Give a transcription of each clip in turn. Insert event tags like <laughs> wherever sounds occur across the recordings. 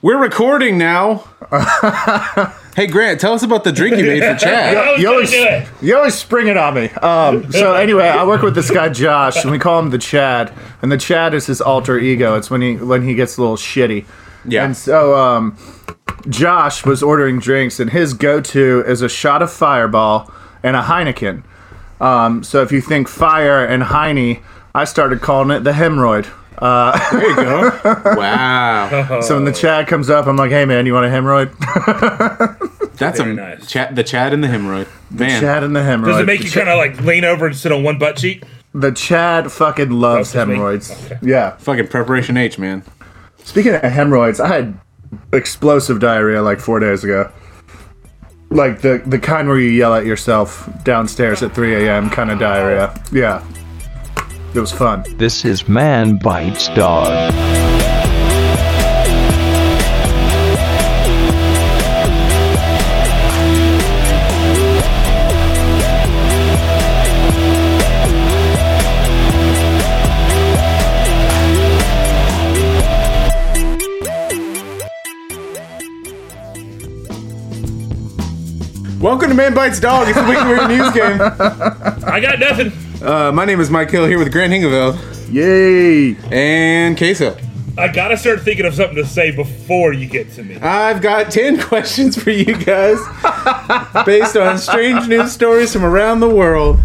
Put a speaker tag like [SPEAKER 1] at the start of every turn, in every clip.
[SPEAKER 1] We're recording now. <laughs> hey, Grant, tell us about the drink you made for Chad.
[SPEAKER 2] You always,
[SPEAKER 3] do it.
[SPEAKER 2] you always spring it on me. Um,
[SPEAKER 3] <laughs>
[SPEAKER 2] so anyway, I work with this guy Josh, and we call him the Chad. And the Chad is his alter ego. It's when he when he gets a little shitty.
[SPEAKER 1] Yeah.
[SPEAKER 2] And so um, Josh was ordering drinks, and his go-to is a shot of Fireball and a Heineken. Um, so if you think fire and Heine, I started calling it the hemorrhoid. Uh,
[SPEAKER 1] There you go. <laughs> Wow,
[SPEAKER 2] So
[SPEAKER 3] Oh.
[SPEAKER 2] when the Chad comes up, I'm like, "Hey man, you want a hemorrhoid?"
[SPEAKER 1] that's a
[SPEAKER 3] Very nice.
[SPEAKER 1] Chad, the Chad and the hemorrhoid. Man,
[SPEAKER 2] Chad and the hemorrhoid.
[SPEAKER 3] Does it make
[SPEAKER 2] The
[SPEAKER 3] you
[SPEAKER 2] Chad-
[SPEAKER 3] kind of like lean over and sit on one butt cheek?
[SPEAKER 2] The Chad fucking loves
[SPEAKER 3] Oh, excuse me.
[SPEAKER 2] hemorrhoids.
[SPEAKER 3] Okay.
[SPEAKER 2] Yeah.
[SPEAKER 1] fucking preparation H, man.
[SPEAKER 2] Speaking of hemorrhoids, I had explosive diarrhea like four days ago. Like the the kind where you yell at yourself downstairs at 3 a.m. kind of diarrhea. Yeah. It was fun.
[SPEAKER 4] This is Man Bites Dog.
[SPEAKER 1] Welcome to Man Bites Dog. It's a weekly review news game. <laughs>
[SPEAKER 3] I got nothing.
[SPEAKER 1] Uh, my name is Mike Hill here with Grant Hingeveld
[SPEAKER 2] Yay!
[SPEAKER 1] and Queso.
[SPEAKER 3] I gotta start thinking of something to say before you get to me.
[SPEAKER 1] I've got 10 <laughs> questions for you guys based on strange news stories from around the world.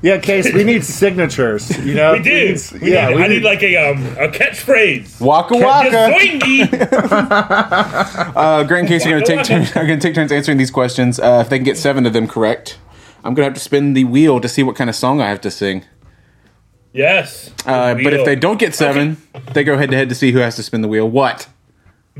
[SPEAKER 2] Yeah, Case, we need signatures. You know,
[SPEAKER 3] We do.
[SPEAKER 2] need-
[SPEAKER 3] We
[SPEAKER 2] yeah,
[SPEAKER 3] need-
[SPEAKER 2] we
[SPEAKER 3] I need like a um a catchphrase.
[SPEAKER 1] Waka waka. <laughs>
[SPEAKER 3] Zoingy.
[SPEAKER 1] Uh, Grant and Casey are going to take turns, <laughs> are going to take turns answering these questions. Uh, if they can get seven of them correct, I'm going to have to spin the wheel to see what kind of song I have to sing.
[SPEAKER 3] yes.
[SPEAKER 1] Uh, but if
[SPEAKER 3] Wheel.
[SPEAKER 1] they don't get seven, they go head to head to see who has to spin the wheel. What?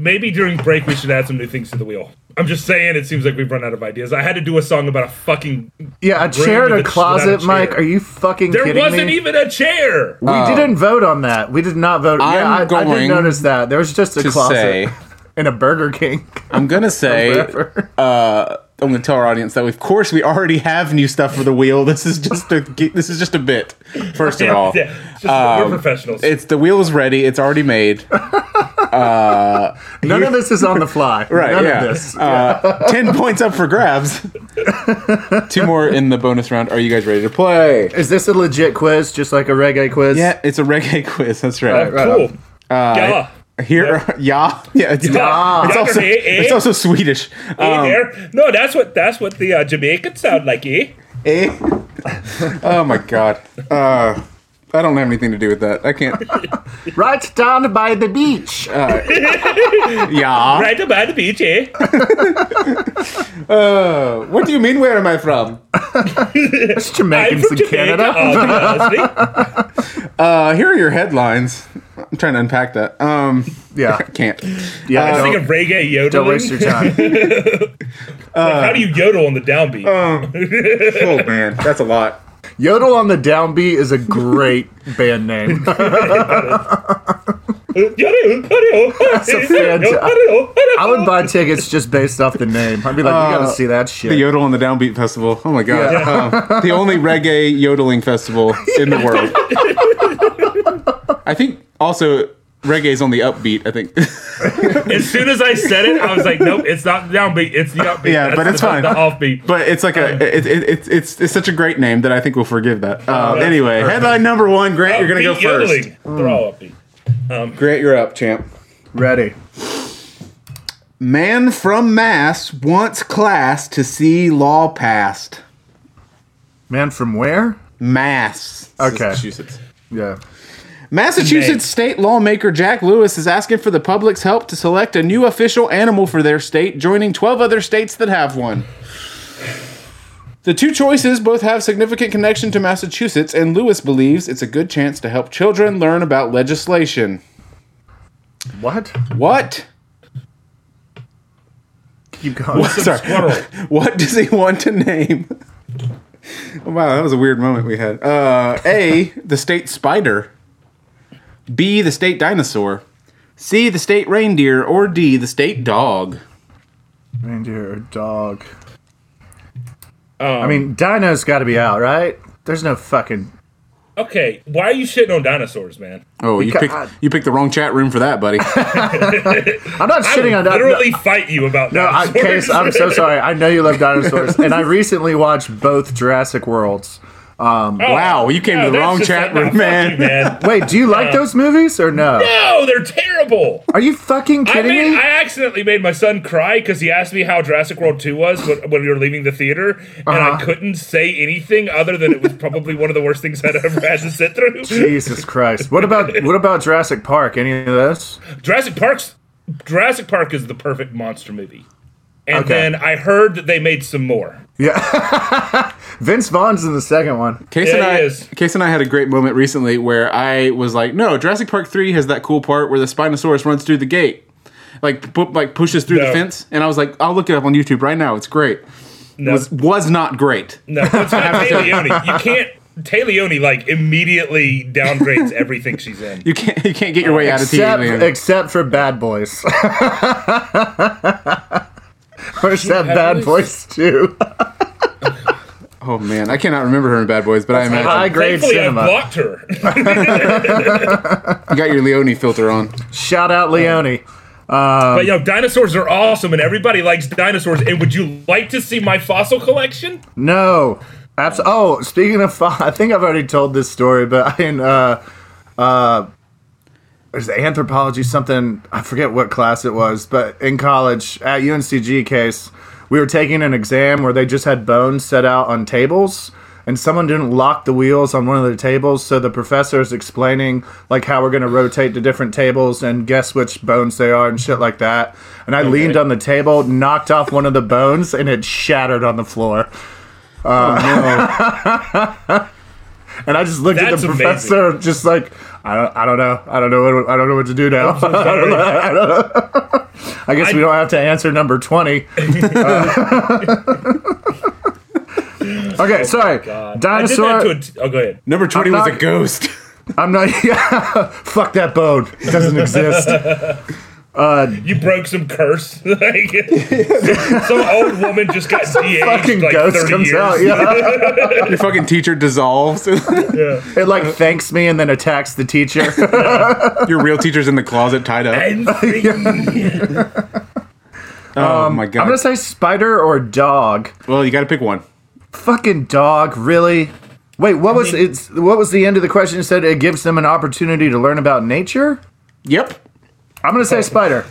[SPEAKER 3] maybe during break we should add some new things to the wheel. I'm just saying, it seems like we've run out of ideas. I had to do a song about a fucking.
[SPEAKER 2] yeah, a chair
[SPEAKER 3] room
[SPEAKER 2] and a
[SPEAKER 3] with a-
[SPEAKER 2] closet,
[SPEAKER 3] without a
[SPEAKER 2] Mike.
[SPEAKER 3] chair.
[SPEAKER 2] Are you fucking
[SPEAKER 3] There
[SPEAKER 2] kidding
[SPEAKER 3] wasn't
[SPEAKER 2] me?
[SPEAKER 3] even Oh. a chair.
[SPEAKER 2] we didn't vote on that. We did not vote.
[SPEAKER 1] I'm
[SPEAKER 2] yeah, I, I
[SPEAKER 1] going
[SPEAKER 2] didn't notice that. There was just a
[SPEAKER 1] To
[SPEAKER 2] closet
[SPEAKER 1] say,
[SPEAKER 2] <laughs> and a Burger King.
[SPEAKER 1] I'm going
[SPEAKER 2] <laughs>
[SPEAKER 1] to say, uh,
[SPEAKER 2] Whatever.
[SPEAKER 1] I'm going to tell our audience that of course we already have new stuff for the wheel. This is just a this is just a bit. First of all, um,
[SPEAKER 3] Yeah, it's <laughs> just- we're professionals.
[SPEAKER 1] It's the wheel is ready. It's already
[SPEAKER 2] <laughs>
[SPEAKER 1] made.
[SPEAKER 2] None of this is on the fly.
[SPEAKER 1] <laughs> Right.
[SPEAKER 2] None
[SPEAKER 1] yeah.
[SPEAKER 2] of this.
[SPEAKER 1] Uh, Ten points up for
[SPEAKER 2] <laughs>
[SPEAKER 1] grabs. Two more in the bonus round. Are you guys ready to play?
[SPEAKER 2] Is this a legit quiz, just like a reggae quiz?
[SPEAKER 1] Yeah, it's a reggae <laughs> quiz. That's right.
[SPEAKER 2] right
[SPEAKER 3] cool.
[SPEAKER 1] uh,
[SPEAKER 3] yeah.
[SPEAKER 1] Here, <laughs> yeah, yeah. It's,
[SPEAKER 3] Yeah.
[SPEAKER 1] it's
[SPEAKER 3] Yeah.
[SPEAKER 1] also
[SPEAKER 3] Eh, eh.
[SPEAKER 1] it's also Swedish.
[SPEAKER 3] Hey
[SPEAKER 1] Um,
[SPEAKER 3] there. No, that's what that's what the uh, Jamaicans sound like, eh?
[SPEAKER 1] eh? Oh my god. Uh, I don't have anything to do with that. I <laughs> can't.
[SPEAKER 2] Right down by the beach. Uh,
[SPEAKER 1] Yeah.
[SPEAKER 3] Right about the beach, eh?
[SPEAKER 1] Uh, what do you mean? Where am I from?
[SPEAKER 2] That's Jamaicans in Canada.
[SPEAKER 3] Oh.
[SPEAKER 1] <laughs>
[SPEAKER 3] Canada.
[SPEAKER 1] Uh, here are your headlines. I'm trying to unpack that. Um,
[SPEAKER 3] <laughs>
[SPEAKER 2] Yeah.
[SPEAKER 1] can't.
[SPEAKER 2] Yeah.
[SPEAKER 3] I think
[SPEAKER 2] don't,
[SPEAKER 3] of reggae yodeling.
[SPEAKER 2] don't waste
[SPEAKER 3] <laughs>
[SPEAKER 2] your time.
[SPEAKER 3] How do you yodel on the downbeat?
[SPEAKER 1] Um, Oh man, that's a lot.
[SPEAKER 2] Yodel on the Downbeat is a great band name.
[SPEAKER 1] <laughs>
[SPEAKER 3] That's
[SPEAKER 2] a fantastic- I would buy tickets just based off the name. I'd be like, you gotta see that
[SPEAKER 1] Uh, The
[SPEAKER 2] shit.
[SPEAKER 1] Yodel and the Downbeat Festival. Oh my god. Um, the only reggae yodeling festival in the <laughs> world. I think also reggae's on the upbeat, I think. <laughs>
[SPEAKER 3] As soon as I said it, I was like, nope, it's not the downbeat, it's the upbeat.
[SPEAKER 1] Yeah, but
[SPEAKER 3] That's
[SPEAKER 1] it's
[SPEAKER 3] the,
[SPEAKER 1] fine.
[SPEAKER 3] The offbeat.
[SPEAKER 1] But it's like a it, it, it's it's it's such a great name that I think we'll forgive that. Uh, anyway, headline number one, Grant, you're gonna go
[SPEAKER 3] Upbeat
[SPEAKER 1] first.
[SPEAKER 3] yodeling. They're all upbeat.
[SPEAKER 1] Grant, you're up, champ.
[SPEAKER 2] Ready.
[SPEAKER 1] Man from Mass wants class to see law passed.
[SPEAKER 2] Man from where?
[SPEAKER 1] Mass.
[SPEAKER 2] Okay.
[SPEAKER 1] Massachusetts.
[SPEAKER 2] Yeah.
[SPEAKER 1] Massachusetts
[SPEAKER 3] Maine.
[SPEAKER 1] state lawmaker Jack Lewis is asking for the public's help to select a new official animal for their state, joining 12 other states that have one. The two choices both have significant connection to Massachusetts, and Lewis believes it's a good chance to help children learn about legislation.
[SPEAKER 2] What?
[SPEAKER 1] What?
[SPEAKER 2] Keep going.
[SPEAKER 1] Sorry. <laughs> What does he want to name? <laughs> Oh, wow, that was a weird moment we had. Uh, a, the state spider. B, the state dinosaur. C, the state reindeer. Or D, the state dog.
[SPEAKER 2] <laughs> Reindeer or dog.
[SPEAKER 3] Um,
[SPEAKER 2] I mean, Dino's gotta be out, right? There's no fucking
[SPEAKER 3] Okay, why are you shitting on dinosaurs, man?
[SPEAKER 1] Oh, you
[SPEAKER 2] Because-
[SPEAKER 1] picked you picked the wrong chat room for that,
[SPEAKER 3] <laughs>
[SPEAKER 1] buddy.
[SPEAKER 3] Oh,
[SPEAKER 2] I'm not
[SPEAKER 3] I would
[SPEAKER 2] shitting on dinosaurs.
[SPEAKER 3] literally fight you about
[SPEAKER 2] No, I,
[SPEAKER 3] dinosaurs.
[SPEAKER 2] Case,
[SPEAKER 3] <laughs>
[SPEAKER 2] I'm so sorry. I know you love dinosaurs, and I recently watched both Jurassic Worlds.
[SPEAKER 3] Oh,
[SPEAKER 1] Wow, you came to the
[SPEAKER 3] that's
[SPEAKER 1] wrong
[SPEAKER 3] just
[SPEAKER 1] chat
[SPEAKER 3] nah,
[SPEAKER 1] room,
[SPEAKER 3] fuck
[SPEAKER 1] man.
[SPEAKER 3] you, man.
[SPEAKER 1] <laughs>
[SPEAKER 2] Wait, do you like those movies or no?
[SPEAKER 3] no, they're terrible.
[SPEAKER 2] Are you fucking
[SPEAKER 3] I
[SPEAKER 2] kidding
[SPEAKER 3] made,
[SPEAKER 2] me?
[SPEAKER 3] I accidentally made my son cry because he asked me how Jurassic World 2 was when, when we were leaving the theater, and
[SPEAKER 2] Uh-huh.
[SPEAKER 3] I couldn't say anything other than it was probably one of the worst things I'd ever had to sit through.
[SPEAKER 2] Jesus Christ! What about what about Jurassic Park? Any of those?
[SPEAKER 3] Jurassic Park's Jurassic Park is the perfect monster movie. And
[SPEAKER 2] Okay.
[SPEAKER 3] then I heard that they made some more.
[SPEAKER 2] Vince Vaughn's in the second one.
[SPEAKER 1] Case
[SPEAKER 3] Yeah,
[SPEAKER 1] and
[SPEAKER 3] he
[SPEAKER 1] I,
[SPEAKER 3] is.
[SPEAKER 1] Case and I had a great moment recently where I was like, "No, Jurassic Park three has that cool part where the Spinosaurus runs through the gate, like pu- like pushes through the
[SPEAKER 3] No.
[SPEAKER 1] fence." And I was like, "I'll look it up on YouTube right now. It's great."
[SPEAKER 3] No,
[SPEAKER 1] Was was not great.
[SPEAKER 3] no,
[SPEAKER 2] <laughs>
[SPEAKER 3] it's not Taleone. You can't. Taleone like immediately downgrades everything she's
[SPEAKER 2] <laughs>
[SPEAKER 3] in.
[SPEAKER 1] You can't <laughs> you can't get your way out of
[SPEAKER 2] Except,
[SPEAKER 1] TV.
[SPEAKER 2] except for Bad Boys. <laughs> Where's that Bad Boys too?
[SPEAKER 1] Oh man, I cannot remember her in Bad Boys, but I imagine
[SPEAKER 2] High grade
[SPEAKER 3] Thankfully, I
[SPEAKER 2] cinema. Um,
[SPEAKER 3] blocked her.
[SPEAKER 1] you got your Leone filter on.
[SPEAKER 2] Shout out Leone.
[SPEAKER 3] but yo, dinosaurs are awesome, and everybody likes dinosaurs. And would you like to see my fossil collection?
[SPEAKER 2] No. Abs- oh, speaking of, fo- <laughs> I think I've already told this story, but I in uh, uh, there's the anthropology something. I forget what class it was, but in college at UNCG case, we were taking an exam where they just had bones set out on tables. And someone didn't lock the wheels on one of the tables, so the professor is explaining like how we're gonna rotate to different tables and guess which bones they are and shit like that. And I leaned on the table, knocked off one of the bones, and it shattered on the floor. And I just looked at
[SPEAKER 3] That's
[SPEAKER 2] the
[SPEAKER 3] amazing.
[SPEAKER 2] professor, just like I don't, I don't know, I don't know what, I don't know what to do now. <laughs> I don't know, I don't know. I guess we don't have to answer number twenty.
[SPEAKER 3] <laughs>
[SPEAKER 2] Uh, <laughs> okay, sorry.
[SPEAKER 3] Oh I
[SPEAKER 2] Dinosaur.
[SPEAKER 3] did that to a t- oh, go ahead.
[SPEAKER 1] Number twenty was
[SPEAKER 2] not-
[SPEAKER 1] a ghost.
[SPEAKER 2] I'm not. <laughs> Yeah, fuck that bone. It doesn't
[SPEAKER 3] <laughs>
[SPEAKER 2] exist.
[SPEAKER 3] You broke some curse. <laughs> like, some old woman just
[SPEAKER 2] <laughs>
[SPEAKER 3] got de-aged
[SPEAKER 2] Fucking
[SPEAKER 3] like
[SPEAKER 2] ghost
[SPEAKER 3] 30
[SPEAKER 2] comes
[SPEAKER 3] years.
[SPEAKER 2] out. Yeah,
[SPEAKER 1] <laughs> Your fucking teacher dissolves. <laughs>
[SPEAKER 2] it like thanks me and then attacks the
[SPEAKER 3] <laughs>
[SPEAKER 2] teacher.
[SPEAKER 1] your real teacher's in the closet tied up.
[SPEAKER 3] <laughs>
[SPEAKER 2] <laughs>
[SPEAKER 3] And free.
[SPEAKER 1] Oh
[SPEAKER 3] um,
[SPEAKER 1] my
[SPEAKER 2] I'm gonna
[SPEAKER 1] god.
[SPEAKER 2] say spider or dog.
[SPEAKER 1] Well, you got to pick one.
[SPEAKER 2] Fucking dog, really? Wait, what was
[SPEAKER 3] mean-
[SPEAKER 2] it's what was the end of the question? It said it gives them an opportunity to learn about nature.
[SPEAKER 1] Yep.
[SPEAKER 2] I'm gonna say spider.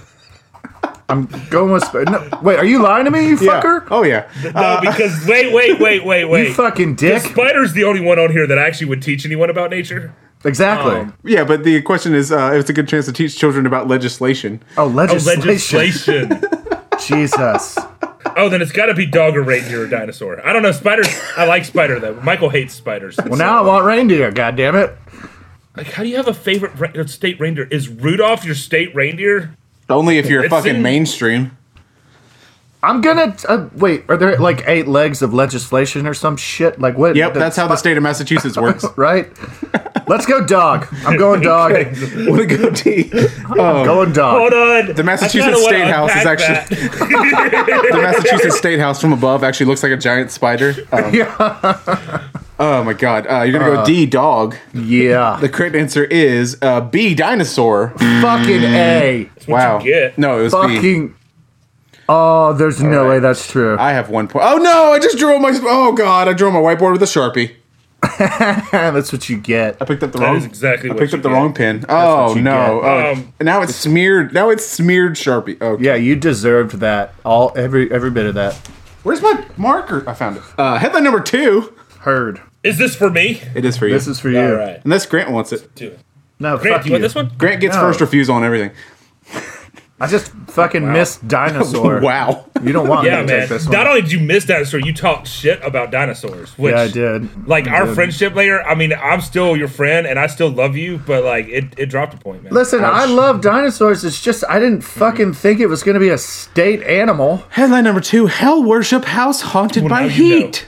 [SPEAKER 2] I'm going with spider. No, wait, are you lying to me, you
[SPEAKER 1] Yeah.
[SPEAKER 2] fucker?
[SPEAKER 1] Oh yeah.
[SPEAKER 3] no, because wait, wait, wait, wait, wait.
[SPEAKER 2] you fucking dick.
[SPEAKER 3] Spider's the only one on here that actually would teach anyone about nature.
[SPEAKER 2] exactly.
[SPEAKER 1] Yeah, but the question is, uh, it's a good chance to teach children about legislation.
[SPEAKER 2] oh,
[SPEAKER 3] Oh,
[SPEAKER 2] legislation.
[SPEAKER 3] legislation.
[SPEAKER 2] <laughs> Jesus.
[SPEAKER 3] oh, then it's got to be dog or reindeer or dinosaur. I don't know. Spiders. I like spider though. Michael hates spiders.
[SPEAKER 2] Well, now I want reindeer. God damn it.
[SPEAKER 3] like, how do you have a favorite re- state reindeer? Is Rudolph your state reindeer?
[SPEAKER 1] Only if you're
[SPEAKER 3] It's
[SPEAKER 1] fucking
[SPEAKER 3] in-
[SPEAKER 1] mainstream.
[SPEAKER 2] I'm gonna uh, wait. Are there like eight legs of legislation or some shit? Like what?
[SPEAKER 1] Yep, that's how the state of Massachusetts
[SPEAKER 3] <laughs>
[SPEAKER 1] works.
[SPEAKER 2] right. Let's go dog. I'm going dog.
[SPEAKER 1] what a <laughs> good tea.
[SPEAKER 2] going dog.
[SPEAKER 3] Hold on.
[SPEAKER 1] The Massachusetts State House is
[SPEAKER 3] <laughs>
[SPEAKER 1] actually the Massachusetts State House from above actually looks like a giant spider.
[SPEAKER 3] <laughs>
[SPEAKER 1] Um, oh my god. Uh, you're gonna go D dog.
[SPEAKER 2] Yeah.
[SPEAKER 1] The correct answer is uh, B dinosaur.
[SPEAKER 2] fucking a.
[SPEAKER 1] wow.
[SPEAKER 3] get.
[SPEAKER 1] No, it was B.
[SPEAKER 2] fucking. Oh, there's no way that's true.
[SPEAKER 1] I have one point. Oh no! I just drew my. Oh god! I drew my whiteboard with a sharpie.
[SPEAKER 2] <laughs> that's what you get.
[SPEAKER 1] I picked up the
[SPEAKER 3] That
[SPEAKER 1] wrong.
[SPEAKER 3] is exactly
[SPEAKER 1] I
[SPEAKER 3] what
[SPEAKER 1] picked
[SPEAKER 3] you
[SPEAKER 1] up the
[SPEAKER 3] get.
[SPEAKER 1] wrong pen. Oh
[SPEAKER 2] what you
[SPEAKER 1] no!
[SPEAKER 2] get.
[SPEAKER 1] Oh,
[SPEAKER 3] Um,
[SPEAKER 1] and now it's smeared. Now it's smeared Sharpie. Oh,
[SPEAKER 2] Yeah, you deserved that. All every every bit of that.
[SPEAKER 1] Where's my marker? I found it. Uh, headline number two.
[SPEAKER 2] Heard.
[SPEAKER 3] Is this for me?
[SPEAKER 1] It is for you.
[SPEAKER 2] This is for you.
[SPEAKER 3] All right.
[SPEAKER 1] Unless Grant wants it.
[SPEAKER 3] Do it.
[SPEAKER 2] No,
[SPEAKER 3] Grant,
[SPEAKER 2] fuck
[SPEAKER 3] do you want this one?
[SPEAKER 1] Grant gets
[SPEAKER 2] No.
[SPEAKER 1] first refusal on everything.
[SPEAKER 2] I just fucking
[SPEAKER 3] <laughs>
[SPEAKER 2] missed dinosaur.
[SPEAKER 1] <laughs> Wow.
[SPEAKER 2] You don't want
[SPEAKER 3] Yeah,
[SPEAKER 2] me to
[SPEAKER 3] man.
[SPEAKER 2] take this one.
[SPEAKER 3] Not only did you miss dinosaur, you talked shit about dinosaurs. Which,
[SPEAKER 2] yeah, I did.
[SPEAKER 3] Like
[SPEAKER 2] I
[SPEAKER 3] our
[SPEAKER 2] did.
[SPEAKER 3] friendship layer. I mean, I'm still your friend, and I still love you, but like it, it dropped a point, man.
[SPEAKER 2] Listen, I love dinosaurs. It's just I didn't fucking think it was gonna be a state animal.
[SPEAKER 1] Headline number two: Hell worship house haunted
[SPEAKER 3] Well, now
[SPEAKER 1] by
[SPEAKER 3] you know.
[SPEAKER 1] heat.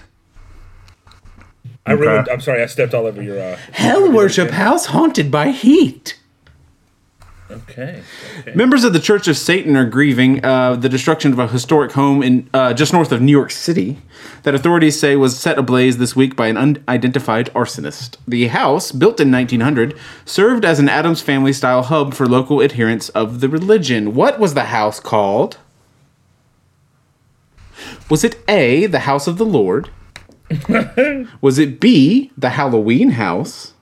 [SPEAKER 3] I ruined. I'm sorry, I stepped all over your. Uh,
[SPEAKER 1] Hell worship house haunted by heat.
[SPEAKER 3] Okay.
[SPEAKER 1] Members of the Church of Satan are grieving uh, the destruction of a historic home in uh, just north of New York City that authorities say was set ablaze this week by an unidentified arsonist. The house, built in 1900, served as an Adams family style hub for local adherents of the religion. What was the house called? Was it A, the House of the Lord? was it B, the Halloween House?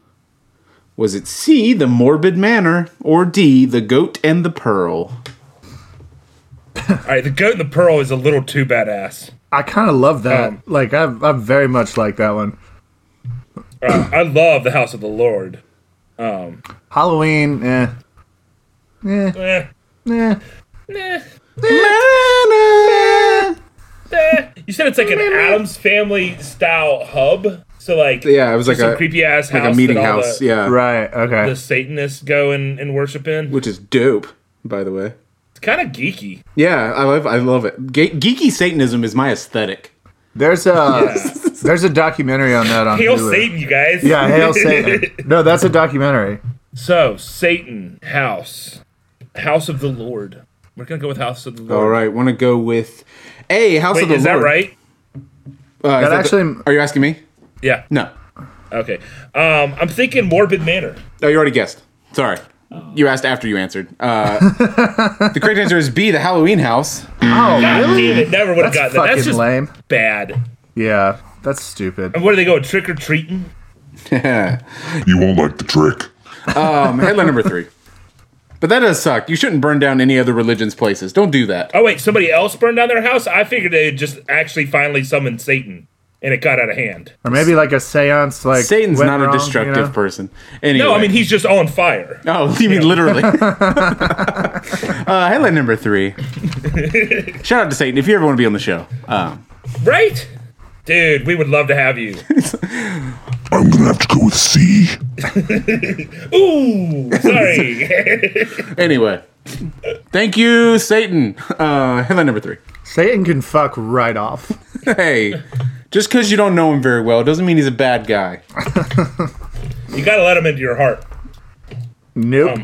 [SPEAKER 1] Was it C, the Morbid Manor, or D, the Goat and the Pearl?
[SPEAKER 3] All right. The goat and the pearl is a little too badass.
[SPEAKER 2] I kind of love that.
[SPEAKER 3] Um,
[SPEAKER 2] like I, I very much like that one.
[SPEAKER 3] Uh, I love the house of the Lord.
[SPEAKER 2] Halloween, eh, eh,
[SPEAKER 3] Eh,
[SPEAKER 2] eh.
[SPEAKER 3] eh,
[SPEAKER 1] Manor.
[SPEAKER 3] eh. You said it's like an Adams family style hub. So like
[SPEAKER 1] Yeah, it was
[SPEAKER 3] just
[SPEAKER 1] like
[SPEAKER 3] some
[SPEAKER 1] a-
[SPEAKER 3] creepy ass
[SPEAKER 1] Like
[SPEAKER 3] house
[SPEAKER 1] a meeting
[SPEAKER 3] that all
[SPEAKER 1] house,
[SPEAKER 3] the,
[SPEAKER 1] yeah.
[SPEAKER 2] Right.
[SPEAKER 3] the
[SPEAKER 2] Okay.
[SPEAKER 3] Satanists go and, and worship in.
[SPEAKER 1] Which is dope, by the way.
[SPEAKER 3] It's kind of geeky.
[SPEAKER 1] Yeah, I love I love it. Ge- geeky Satanism is my aesthetic.
[SPEAKER 3] <laughs>
[SPEAKER 2] There's a there's a documentary on that on
[SPEAKER 3] Hail
[SPEAKER 2] Hulu.
[SPEAKER 3] Satan, you guys. <laughs>
[SPEAKER 2] Yeah, hail Satan. No, that's a documentary.
[SPEAKER 3] So Satan house, house of the Lord. We're gonna go with house of the Lord.
[SPEAKER 1] All right, want to go with A, House
[SPEAKER 3] Wait,
[SPEAKER 1] of the
[SPEAKER 3] is
[SPEAKER 1] Lord.
[SPEAKER 3] that right?
[SPEAKER 1] Uh, is
[SPEAKER 2] That
[SPEAKER 1] the-
[SPEAKER 2] actually-
[SPEAKER 1] Are you asking me?
[SPEAKER 3] Yeah.
[SPEAKER 1] No.
[SPEAKER 3] Okay. Um, I'm thinking morbid manner.
[SPEAKER 1] Oh, you already guessed. Sorry.
[SPEAKER 3] Oh.
[SPEAKER 1] You asked after you answered.
[SPEAKER 2] <laughs>
[SPEAKER 1] Uh, the correct answer is B, the Halloween house.
[SPEAKER 2] Oh,
[SPEAKER 3] God
[SPEAKER 2] really?
[SPEAKER 3] damn it! Never would have gotten
[SPEAKER 2] That's
[SPEAKER 3] that.
[SPEAKER 2] fucking
[SPEAKER 3] That's just
[SPEAKER 2] lame.
[SPEAKER 3] bad.
[SPEAKER 2] Yeah, that's stupid.
[SPEAKER 3] And what are they going trick or treating?
[SPEAKER 5] You won't like the trick.
[SPEAKER 1] Um, headline number three. But that does suck. You shouldn't burn down any other religion's places. Don't do that.
[SPEAKER 3] Oh wait, somebody else burned down their house. I figured they had just actually finally summoned Satan, and it got out of hand.
[SPEAKER 2] Or maybe like a séance. Like
[SPEAKER 1] Satan's
[SPEAKER 2] went
[SPEAKER 1] not
[SPEAKER 2] wrong,
[SPEAKER 1] a destructive
[SPEAKER 2] you know?
[SPEAKER 1] person. Anyway.
[SPEAKER 3] No, I mean he's just on fire.
[SPEAKER 1] Oh, <laughs> you mean literally? uh, headline number three. Shout out to Satan if you ever want to be on the show. Um,
[SPEAKER 3] Right? Dude, we would love to have
[SPEAKER 2] <laughs>
[SPEAKER 3] you.
[SPEAKER 5] I'm gonna have to go with C.
[SPEAKER 3] Ooh, sorry. <laughs>
[SPEAKER 1] anyway, thank you, Satan. Uh, headline number three.
[SPEAKER 2] Satan can fuck right off.
[SPEAKER 1] Hey, just because you don't know him very well doesn't mean he's a bad guy.
[SPEAKER 3] you gotta let him into your heart.
[SPEAKER 2] Nope.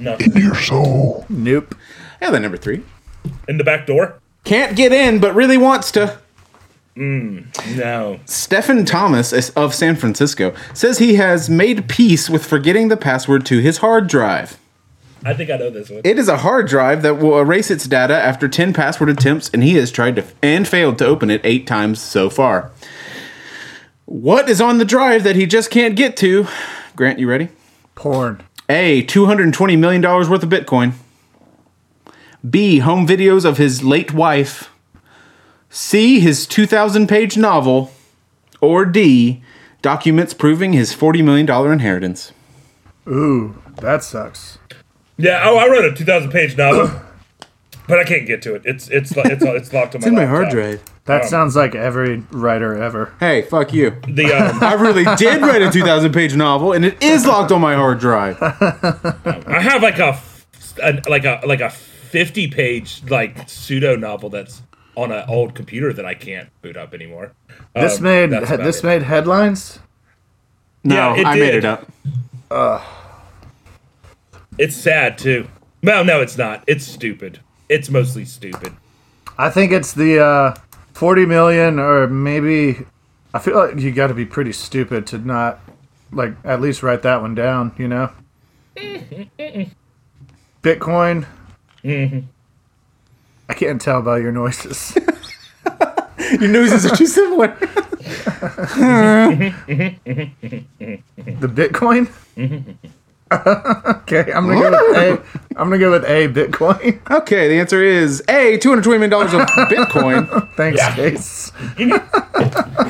[SPEAKER 3] No,
[SPEAKER 5] Into your soul.
[SPEAKER 2] nope.
[SPEAKER 1] Headline number three.
[SPEAKER 3] in the back door.
[SPEAKER 1] Can't get in, but really wants to.
[SPEAKER 3] No.
[SPEAKER 1] Stephen Thomas is- of San Francisco says he has made peace with forgetting the password to his hard drive.
[SPEAKER 3] I think I know this one.
[SPEAKER 1] It is a hard drive that will erase its data after 10 password attempts, and he has tried to and failed to open it eight times so far. What is on the drive that he just can't get to? Grant, you ready?
[SPEAKER 2] Porn.
[SPEAKER 1] A. $220 million worth of Bitcoin. B. Home videos of his late wife. C. His 2,000 page novel. Or D. Documents proving his $40 million inheritance.
[SPEAKER 2] Ooh, that sucks.
[SPEAKER 3] Yeah. Oh, I wrote a 2,000 page novel, <coughs> but I can't get to it. It's it's lo- it's it's locked on my.
[SPEAKER 1] It's in my hard
[SPEAKER 3] laptop.
[SPEAKER 1] drive.
[SPEAKER 2] That sounds like every writer ever.
[SPEAKER 1] Hey, fuck you.
[SPEAKER 3] The
[SPEAKER 1] <laughs>
[SPEAKER 3] um,
[SPEAKER 1] I really did write a 2,000 page novel, and it is locked on my hard drive.
[SPEAKER 3] I have like a, f- an like a like a 50 page like pseudo novel that's on an old computer that I can't boot up anymore.
[SPEAKER 2] This
[SPEAKER 3] Um,
[SPEAKER 2] made
[SPEAKER 3] that's
[SPEAKER 2] he-
[SPEAKER 3] about
[SPEAKER 2] this
[SPEAKER 3] it.
[SPEAKER 2] made headlines.
[SPEAKER 1] No,
[SPEAKER 3] it
[SPEAKER 1] I made
[SPEAKER 3] did.
[SPEAKER 1] it up.
[SPEAKER 3] It's sad too. No, no, it's not. It's stupid. It's mostly stupid.
[SPEAKER 2] I think it's the uh, forty million, or maybe. I feel like you got to be pretty stupid to not, like, at least write that one down. You know. Bitcoin. I can't tell by your noises. <laughs>
[SPEAKER 1] Your noises are too similar.
[SPEAKER 2] The Bitcoin. <laughs> okay, I'm gonna go with A. I'm gonna go with A. Bitcoin. <laughs>
[SPEAKER 1] Okay, the answer is A, $220 million of Bitcoin.
[SPEAKER 2] Thanks, Chase.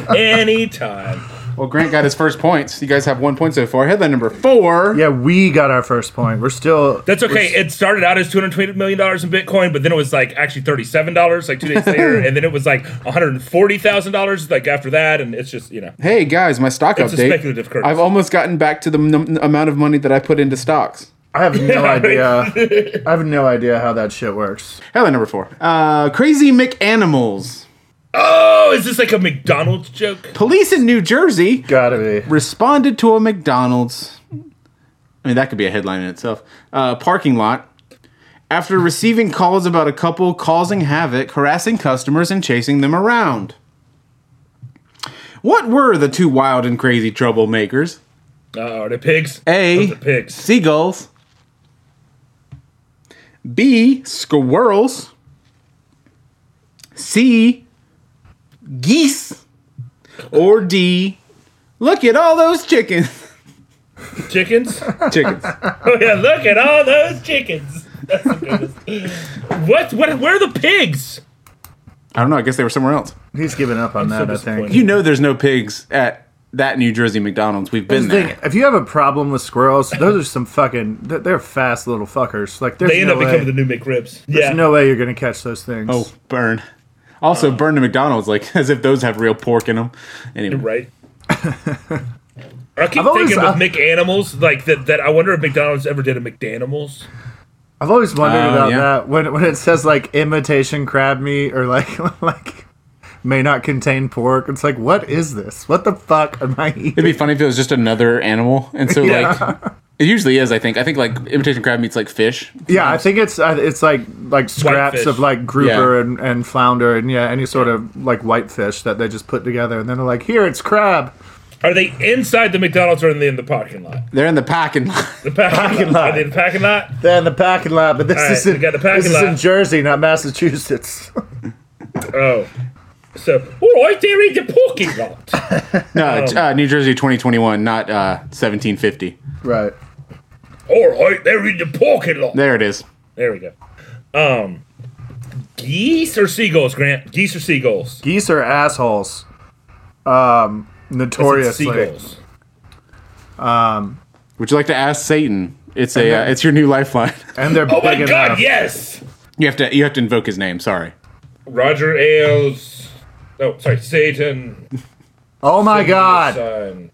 [SPEAKER 1] <laughs>
[SPEAKER 3] Anytime.
[SPEAKER 1] Well, Grant got his first points. You guys have one point so far. Headline number four.
[SPEAKER 2] Yeah, we got our first point. We're still.
[SPEAKER 3] That's okay. It started out as two hundred twenty million dollars in Bitcoin, but then it was like actually thirty seven dollars like two days
[SPEAKER 2] <laughs>
[SPEAKER 3] later, and then it was like one hundred forty thousand dollars like after that, and it's just you know
[SPEAKER 1] Hey, guys, my stock
[SPEAKER 3] It's a
[SPEAKER 1] update.
[SPEAKER 3] speculative currency.
[SPEAKER 1] I've almost gotten back to the m- amount of money that I put into stocks.
[SPEAKER 2] I have no idea. I have no idea how that shit works.
[SPEAKER 1] Headline number four. Uh, crazy McAnimals.
[SPEAKER 3] oh, is this like a McDonald's joke?
[SPEAKER 1] Police in New Jersey
[SPEAKER 2] Gotta be.
[SPEAKER 1] responded to a McDonald's I mean, that could be a headline in itself. Uh, parking lot. After receiving calls about a couple causing havoc, harassing customers, and chasing them around. What were the two wild and crazy troublemakers?
[SPEAKER 3] Uh, are they pigs?
[SPEAKER 1] A.
[SPEAKER 3] Those are pigs.
[SPEAKER 1] Seagulls. B. Squirrels. C. Geese. Or D. Look at all those chickens.
[SPEAKER 3] Chickens?
[SPEAKER 1] <laughs> Chickens.
[SPEAKER 3] oh yeah, look at all those chickens. That's the goodest. what? What? Where are the pigs?
[SPEAKER 1] I don't know. I guess they were somewhere else.
[SPEAKER 2] He's given up on
[SPEAKER 3] so
[SPEAKER 2] that, I
[SPEAKER 3] disappointed.
[SPEAKER 2] think.
[SPEAKER 1] You know, there's no pigs at that New Jersey McDonald's. We've been
[SPEAKER 2] Thing,
[SPEAKER 1] there.
[SPEAKER 2] if you have a problem with squirrels, those are some fucking. They're, they're fast little fuckers. Like there's
[SPEAKER 3] They end
[SPEAKER 2] no
[SPEAKER 3] up
[SPEAKER 2] way,
[SPEAKER 3] becoming the new McRibs.
[SPEAKER 2] There's
[SPEAKER 3] Yeah.
[SPEAKER 2] no way you're gonna catch those things.
[SPEAKER 1] Oh, burn. Also, burn to McDonald's, like <laughs> as if those have real pork in them. Anyway,
[SPEAKER 2] <laughs>
[SPEAKER 3] Right. I keep
[SPEAKER 2] I've always-
[SPEAKER 3] thinking of
[SPEAKER 2] I've-
[SPEAKER 3] McAnimals, like that. That I wonder if McDonald's ever did a McDanimals.
[SPEAKER 2] I've always wondered
[SPEAKER 1] Oh,
[SPEAKER 2] about
[SPEAKER 1] yeah.
[SPEAKER 2] that when when it says like imitation crab meat or like <laughs> like may not contain pork. It's like what is this? What the fuck am I eating?
[SPEAKER 1] it'd be funny if it was just another animal. And so, like, it usually is. I think. I think like imitation crab meat's like fish.
[SPEAKER 2] Yeah, I think it's uh, it's like like scraps
[SPEAKER 3] Whitefish.
[SPEAKER 2] of like grouper
[SPEAKER 1] Yeah.
[SPEAKER 2] and, and flounder and yeah any sort of like whitefish that they just put together and then they're like here it's crab.
[SPEAKER 3] Are they inside the McDonald's or are they in the parking lot?
[SPEAKER 1] They're in <laughs> the packing. lot.
[SPEAKER 3] The parking,
[SPEAKER 2] Parking
[SPEAKER 3] lot. <laughs>
[SPEAKER 2] lot.
[SPEAKER 3] Are they in the parking lot?
[SPEAKER 2] They're in the packing lot, but this
[SPEAKER 3] All right,
[SPEAKER 2] is in,
[SPEAKER 3] we got the packing
[SPEAKER 2] this is in
[SPEAKER 3] lot.
[SPEAKER 2] Jersey, not Massachusetts. <laughs>
[SPEAKER 3] Oh. So, all right, they're in the parking lot.
[SPEAKER 1] No, it's, uh, New Jersey 2021, not uh, 1750.
[SPEAKER 2] right.
[SPEAKER 3] All right, they're in the parking lot.
[SPEAKER 1] There it is.
[SPEAKER 3] There we go. Um, geese or seagulls, Grant? Geese or seagulls?
[SPEAKER 2] Geese are assholes. Um,
[SPEAKER 3] It's
[SPEAKER 2] notoriously.
[SPEAKER 3] seagulls.
[SPEAKER 1] Would you like to ask Satan? It's a uh, it's your new lifeline. <laughs>
[SPEAKER 2] And they're
[SPEAKER 3] Oh my
[SPEAKER 2] big
[SPEAKER 3] god,
[SPEAKER 2] enough.
[SPEAKER 3] yes!
[SPEAKER 1] you have to you have to invoke his name. Sorry.
[SPEAKER 3] Roger Ailes. Oh, sorry, Satan.
[SPEAKER 2] Oh my god.
[SPEAKER 3] Son.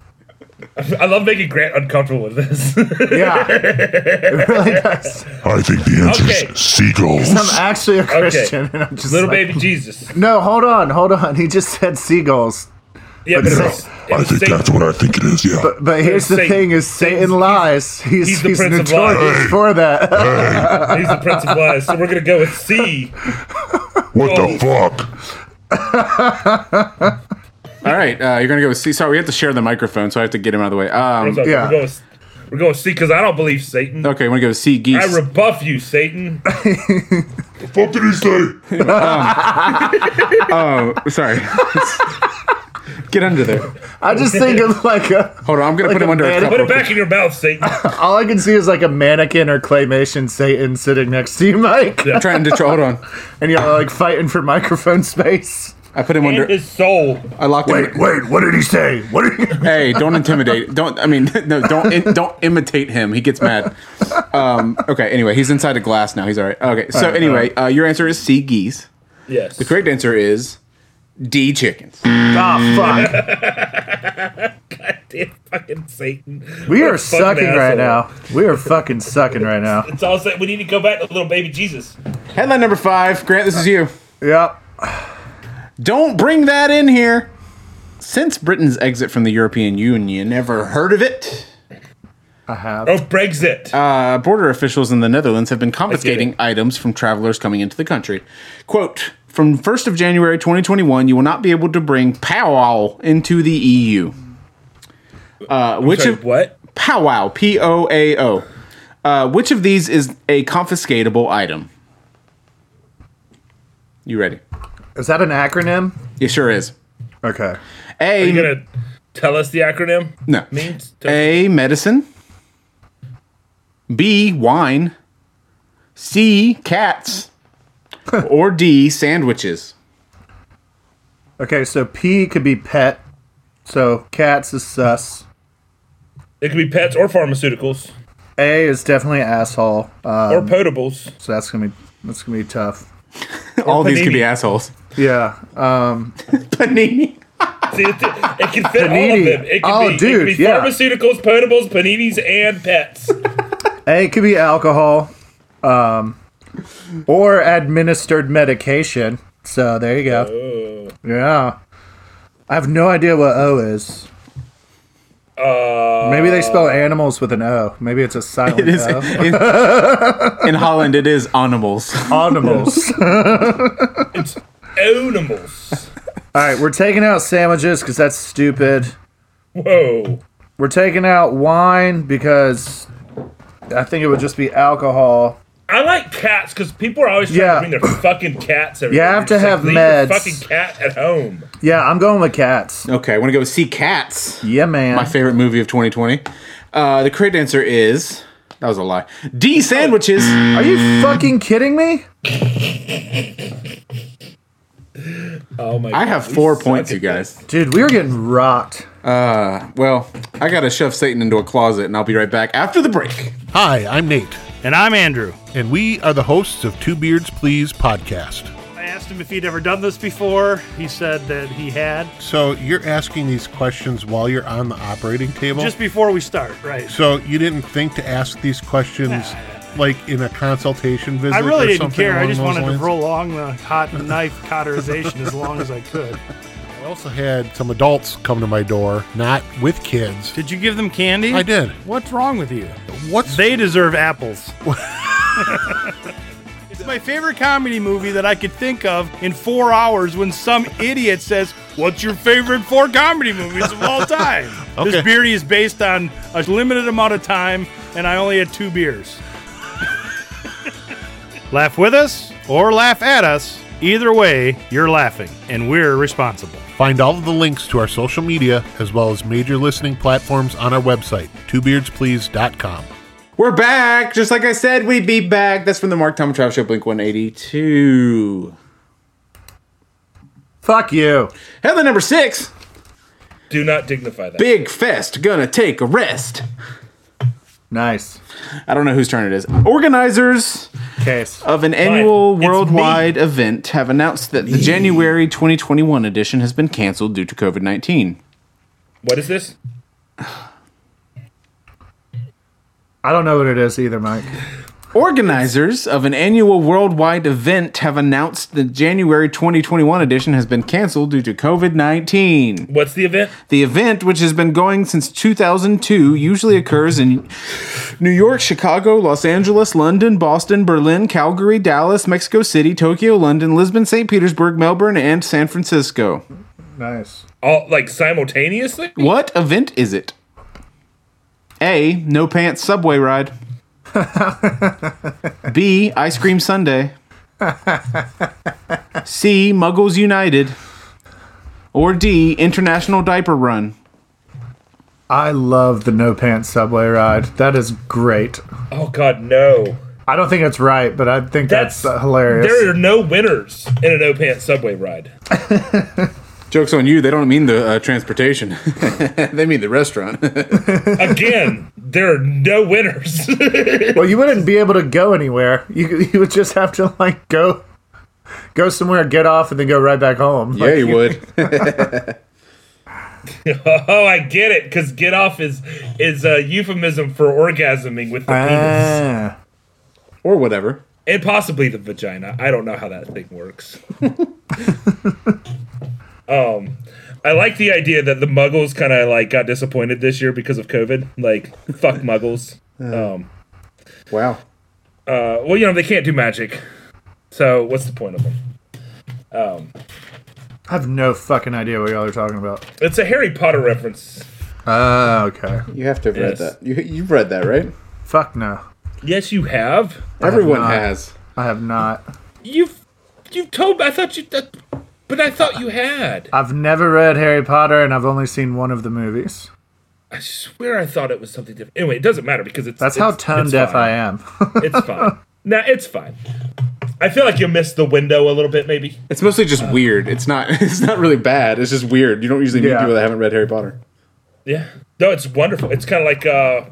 [SPEAKER 3] I love making Grant uncomfortable with this. <laughs>
[SPEAKER 2] Yeah. It really does.
[SPEAKER 5] I think the answer
[SPEAKER 3] Okay.
[SPEAKER 5] is seagulls.
[SPEAKER 2] I'm actually a Christian and I'm just
[SPEAKER 3] Little
[SPEAKER 2] like-
[SPEAKER 3] baby Jesus.
[SPEAKER 2] No, hold on, hold on. He just said seagulls.
[SPEAKER 3] Yeah, but
[SPEAKER 5] yeah,
[SPEAKER 3] it's,
[SPEAKER 5] I think that's what I think it is. Yeah.
[SPEAKER 2] But here's the
[SPEAKER 3] Satan.
[SPEAKER 2] thing is Satan
[SPEAKER 3] Satan's-
[SPEAKER 2] lies. He's
[SPEAKER 3] he's
[SPEAKER 2] he's,
[SPEAKER 3] the prince of
[SPEAKER 2] notorious
[SPEAKER 5] lies.
[SPEAKER 3] <laughs>
[SPEAKER 2] for that.
[SPEAKER 3] He's the Prince of Lies, so we're gonna go with C.
[SPEAKER 5] what
[SPEAKER 3] Oh.
[SPEAKER 5] the fuck?
[SPEAKER 1] All right, uh, you're gonna go with C. Sorry, we have to share the microphone, so I have to get him out of the way. Um,
[SPEAKER 3] So
[SPEAKER 2] Yeah.
[SPEAKER 3] We're going with, we're going with C because I don't believe Satan.
[SPEAKER 1] okay, I'm gonna go with C.
[SPEAKER 3] I
[SPEAKER 1] Geese.
[SPEAKER 3] rebuff you, Satan.
[SPEAKER 5] The fuck did he say?
[SPEAKER 1] Oh, Sorry. get under there.
[SPEAKER 2] I just think of like a
[SPEAKER 1] Hold on, I'm gonna
[SPEAKER 2] Like
[SPEAKER 1] put him
[SPEAKER 2] a
[SPEAKER 1] under a
[SPEAKER 2] man-
[SPEAKER 1] cup.
[SPEAKER 3] Put
[SPEAKER 1] real
[SPEAKER 3] it
[SPEAKER 1] quick.
[SPEAKER 3] back in your mouth,
[SPEAKER 2] <laughs>
[SPEAKER 3] Satan.
[SPEAKER 2] all I can see is like a mannequin or claymation Satan sitting next to you, Mike.
[SPEAKER 1] I'm trying to tr- hold on.
[SPEAKER 2] And you're like fighting for microphone space.
[SPEAKER 1] I put him
[SPEAKER 3] And
[SPEAKER 1] under.
[SPEAKER 3] his soul.
[SPEAKER 1] I locked him.
[SPEAKER 2] wait, what did he say? What did he
[SPEAKER 1] hey, don't intimidate. Don't. I mean, <laughs> no. Don't. In, don't imitate him. He gets mad. Um, okay. Anyway, he's inside a glass now. He's all right. Okay. So
[SPEAKER 2] right,
[SPEAKER 1] anyway, uh, your answer is C. Geese.
[SPEAKER 3] Yes.
[SPEAKER 1] The correct answer is D. Chickens.
[SPEAKER 2] Oh fuck.
[SPEAKER 3] Damn fucking Satan.
[SPEAKER 2] We
[SPEAKER 3] What a fucking
[SPEAKER 2] are sucking right now.
[SPEAKER 3] asshole.
[SPEAKER 2] We are fucking sucking right now.
[SPEAKER 3] It's all Satan. We need to go back to little baby Jesus.
[SPEAKER 1] Headline number five. Grant, this is you.
[SPEAKER 2] Yep.
[SPEAKER 1] Don't bring that in here. Since Britain's exit from the European Union, ever heard of it?
[SPEAKER 2] I have.
[SPEAKER 3] Oh, Brexit.
[SPEAKER 1] Uh, border officials in the Netherlands have been confiscating
[SPEAKER 3] it.
[SPEAKER 1] items from travelers coming into the country. Quote From 1st of January 2021, you will not be able to bring powwow into the EU. Uh, which
[SPEAKER 3] Sorry,
[SPEAKER 1] of
[SPEAKER 3] what?
[SPEAKER 1] powwow, P O A O. Uh, Which of these is a confiscatable item? You ready?
[SPEAKER 2] Is that an acronym?
[SPEAKER 1] It sure is.
[SPEAKER 2] Okay.
[SPEAKER 1] A.
[SPEAKER 3] You gonna tell us the acronym?
[SPEAKER 1] no.
[SPEAKER 3] Means to-
[SPEAKER 1] A. Medicine. B. Wine. C. Cats. or D. Sandwiches.
[SPEAKER 2] Okay, so P could be pet. So cats is sus.
[SPEAKER 3] it could be pets or pharmaceuticals
[SPEAKER 2] A is definitely asshole. Uh,
[SPEAKER 3] or potables.
[SPEAKER 2] so that's gonna be that's gonna be tough.
[SPEAKER 1] All these could
[SPEAKER 3] panini.
[SPEAKER 1] be assholes. <laughs>
[SPEAKER 2] Yeah. Uh,
[SPEAKER 1] Panini.
[SPEAKER 3] See, it, it can fit all of
[SPEAKER 2] Panini.
[SPEAKER 3] them. It can
[SPEAKER 2] Oh,
[SPEAKER 3] be,
[SPEAKER 2] dude,
[SPEAKER 3] it can be
[SPEAKER 2] yeah.
[SPEAKER 3] pharmaceuticals, potables, paninis, and pets.
[SPEAKER 2] A could be alcohol, um, or administered medication. So there you go. Yeah. I have no idea what O is.
[SPEAKER 3] Uh,
[SPEAKER 2] Maybe they spell animals with an O. Maybe it's a
[SPEAKER 1] <laughs>
[SPEAKER 2] silent
[SPEAKER 1] It is
[SPEAKER 2] O.
[SPEAKER 1] in, <laughs> in Holland. It is animals.
[SPEAKER 2] Animals.
[SPEAKER 1] <laughs>
[SPEAKER 2] All
[SPEAKER 3] it's animals.
[SPEAKER 2] right, we're taking out sandwiches because that's stupid.
[SPEAKER 3] Whoa.
[SPEAKER 2] We're taking out wine because I think it would just be alcohol.
[SPEAKER 3] I like cats because people are always trying
[SPEAKER 2] Yeah.
[SPEAKER 3] to bring their fucking cats.
[SPEAKER 2] You
[SPEAKER 3] Everywhere.
[SPEAKER 2] have
[SPEAKER 3] It's
[SPEAKER 2] to
[SPEAKER 3] like,
[SPEAKER 2] have
[SPEAKER 3] leave
[SPEAKER 2] meds.
[SPEAKER 3] Your fucking cat at home.
[SPEAKER 2] Yeah, I'm going with cats.
[SPEAKER 1] Okay, I want to go see Cats.
[SPEAKER 2] Yeah, man.
[SPEAKER 1] My favorite movie of 2020. Uh, the correct answer is that was a lie. D sandwiches.
[SPEAKER 2] Are you fucking kidding me?
[SPEAKER 3] Oh my!
[SPEAKER 1] I have four points, you guys.
[SPEAKER 2] Dude, we were getting rocked.
[SPEAKER 1] Well, I gotta shove Satan into a closet, and I'll be right back after the break.
[SPEAKER 6] Hi, I'm Nate,
[SPEAKER 7] And I'm Andrew.
[SPEAKER 6] and we are the hosts of Two Beards Please podcast.
[SPEAKER 7] I asked him if he'd ever done this before. He said that he had.
[SPEAKER 6] So you're asking these questions while you're on the operating table.
[SPEAKER 7] Just before we start, right?
[SPEAKER 6] so you didn't think to ask these questions like in a consultation visit.
[SPEAKER 7] I really
[SPEAKER 6] or
[SPEAKER 7] didn't
[SPEAKER 6] something
[SPEAKER 7] care. I
[SPEAKER 6] along
[SPEAKER 7] just
[SPEAKER 6] those
[SPEAKER 7] wanted
[SPEAKER 6] lines?
[SPEAKER 7] to prolong the hot knife cauterization as long as I could.
[SPEAKER 6] I also had some adults come to my door, not with kids.
[SPEAKER 7] <laughs> Did you give them candy?
[SPEAKER 6] I did.
[SPEAKER 7] What's wrong with you?
[SPEAKER 6] What's
[SPEAKER 7] They deserve <laughs> apples. it's my favorite comedy movie that I could think of in four hours when some idiot says, What's your favorite four comedy movies of all <laughs> time?
[SPEAKER 6] Okay.
[SPEAKER 7] This beer is based on a limited amount of time, and I only had two beers. laugh with us or laugh at us. Either way, you're laughing, and we're responsible.
[SPEAKER 6] Find all of the links to our social media as well as major listening platforms on our website, twobeardsplease.com.
[SPEAKER 1] We're back, just like I said, we'd be back. That's from the Mark Tom and Trav Show, Blink 182.
[SPEAKER 2] Fuck you.
[SPEAKER 1] Headline number six:
[SPEAKER 3] Do not dignify that.
[SPEAKER 1] Big Fest gonna take a rest.
[SPEAKER 2] Nice.
[SPEAKER 1] I don't know whose turn it is. Organizers
[SPEAKER 2] Case.
[SPEAKER 1] of an annual
[SPEAKER 3] It's me.
[SPEAKER 1] worldwide event have announced that the January 2021 edition has been canceled due to COVID 19.
[SPEAKER 3] What is this?
[SPEAKER 2] I don't know what it is either, Mike.
[SPEAKER 1] Organizers of an annual worldwide event have announced the January 2021 edition has been canceled due to COVID 19.
[SPEAKER 3] What's the event?
[SPEAKER 1] The event, which has been going since 2002, usually occurs in New York, Chicago, Los Angeles, London, Boston, Berlin, Calgary, Dallas, Mexico City, Tokyo, London, Lisbon, St. Petersburg, Melbourne, and San Francisco.
[SPEAKER 2] Nice.
[SPEAKER 3] All like simultaneously?
[SPEAKER 1] What event is it? A. No pants subway ride. B. Ice cream Sunday. C. Muggles United. Or D. International Diaper Run.
[SPEAKER 2] I love the no pants subway ride. That is great.
[SPEAKER 3] Oh God, no!
[SPEAKER 2] I don't think it's right, but I think that's, uh, hilarious.
[SPEAKER 3] There are no winners in a no pants subway
[SPEAKER 2] <laughs>
[SPEAKER 3] ride.
[SPEAKER 1] Joke's on you. They don't mean the uh, transportation. <laughs> they mean the restaurant. <laughs>
[SPEAKER 3] Again, there are no winners. <laughs>
[SPEAKER 2] well, you wouldn't be able to go anywhere. You you would just have to like go go somewhere, get off, and then go right back home.
[SPEAKER 1] yeah, you would.
[SPEAKER 3] oh, I get it. Because get off is is a euphemism for orgasming with the penis
[SPEAKER 2] Ah.
[SPEAKER 1] or whatever.
[SPEAKER 3] and possibly the vagina. I don't know how that thing
[SPEAKER 2] <laughs>
[SPEAKER 3] works. um, I like the idea that the Muggles kind of like got disappointed this year because of COVID. Like,
[SPEAKER 2] <laughs>
[SPEAKER 3] fuck Muggles. Um,
[SPEAKER 1] Wow.
[SPEAKER 3] uh, well, you know they can't do magic, so what's the point of them?
[SPEAKER 2] I have no fucking idea what y'all are talking about.
[SPEAKER 3] It's a Harry Potter reference.
[SPEAKER 2] Ah, okay.
[SPEAKER 1] You have to have read
[SPEAKER 3] Yes.
[SPEAKER 1] that. You, you've read that, right?
[SPEAKER 2] Fuck no.
[SPEAKER 3] Yes, you have.
[SPEAKER 1] Everyone
[SPEAKER 2] not.
[SPEAKER 1] has.
[SPEAKER 2] I have not.
[SPEAKER 3] You've you've told. I thought you. That, but I thought you had.
[SPEAKER 2] I've never read Harry Potter, and I've only seen one of the movies.
[SPEAKER 3] I swear I thought it was something different. Anyway, it doesn't matter because it's
[SPEAKER 2] That's
[SPEAKER 3] it's-
[SPEAKER 2] how tone
[SPEAKER 3] it's
[SPEAKER 2] deaf I
[SPEAKER 3] fine.
[SPEAKER 2] am. <laughs>
[SPEAKER 3] It's fine. nah, it's fine. I feel like you missed the window a little bit, maybe.
[SPEAKER 1] It's mostly just weird. It's not. <laughs> It's not really bad. It's just weird. You don't usually meet
[SPEAKER 2] Yeah.
[SPEAKER 1] people that haven't read Harry Potter.
[SPEAKER 3] Yeah. No, it's wonderful. It's kind of like uh.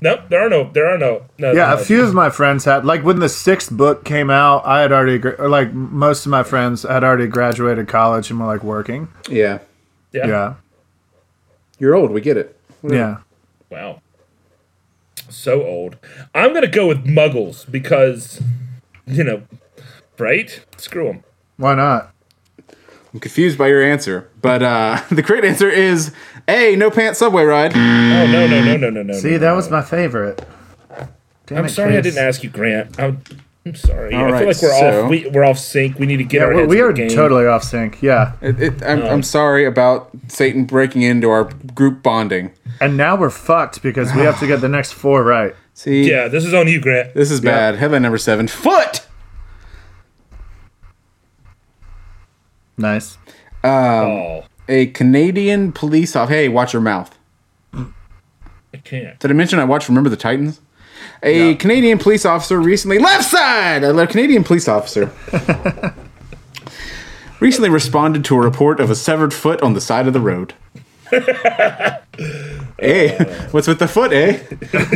[SPEAKER 3] Nope, there are no, there are no. no
[SPEAKER 2] Yeah,
[SPEAKER 3] no,
[SPEAKER 2] a few of my friends had like when the sixth book came out. I had already gra- or, like most of my friends had already graduated college and were like working.
[SPEAKER 1] Yeah,
[SPEAKER 3] Yeah.
[SPEAKER 2] Yeah,
[SPEAKER 1] you're old. We get it.
[SPEAKER 2] yeah.
[SPEAKER 3] Wow. So old. I'm gonna go with Muggles because, you know, right? Screw them.
[SPEAKER 2] Why not?
[SPEAKER 1] I'm confused by your answer, but uh, <laughs> the correct answer is A. No pants subway ride.
[SPEAKER 3] Oh no no no no no no.
[SPEAKER 2] See,
[SPEAKER 3] no,
[SPEAKER 2] that
[SPEAKER 3] no.
[SPEAKER 2] was my favorite. Damn
[SPEAKER 3] I'm
[SPEAKER 2] it,
[SPEAKER 3] sorry I
[SPEAKER 2] Chris.
[SPEAKER 3] didn't ask you, Grant. I'm, I'm sorry. I
[SPEAKER 1] right,
[SPEAKER 3] feel like we're
[SPEAKER 1] so-
[SPEAKER 3] off. We, we're off sync. We need to get
[SPEAKER 2] Yeah,
[SPEAKER 3] our
[SPEAKER 2] we,
[SPEAKER 3] heads
[SPEAKER 2] we
[SPEAKER 3] in
[SPEAKER 2] are
[SPEAKER 3] the game.
[SPEAKER 2] totally off
[SPEAKER 3] <laughs>
[SPEAKER 2] sync. Yeah,
[SPEAKER 1] It, it, I'm, I'm sorry about Satan breaking into our group bonding.
[SPEAKER 2] and now we're fucked because we have to get the next four right.
[SPEAKER 1] See,
[SPEAKER 3] Yeah, this is on you, Grant.
[SPEAKER 1] this is bad. Headline number seven. Foot.
[SPEAKER 2] Nice.
[SPEAKER 3] Oh,
[SPEAKER 1] A Canadian police officer. Hey, watch your mouth.
[SPEAKER 3] I can't.
[SPEAKER 1] Did I mention I watched Remember the Titans? A Canadian police officer recently left side. A Canadian police officer recently responded to a report of a severed foot on the side of the road. hey, what's with the foot, eh?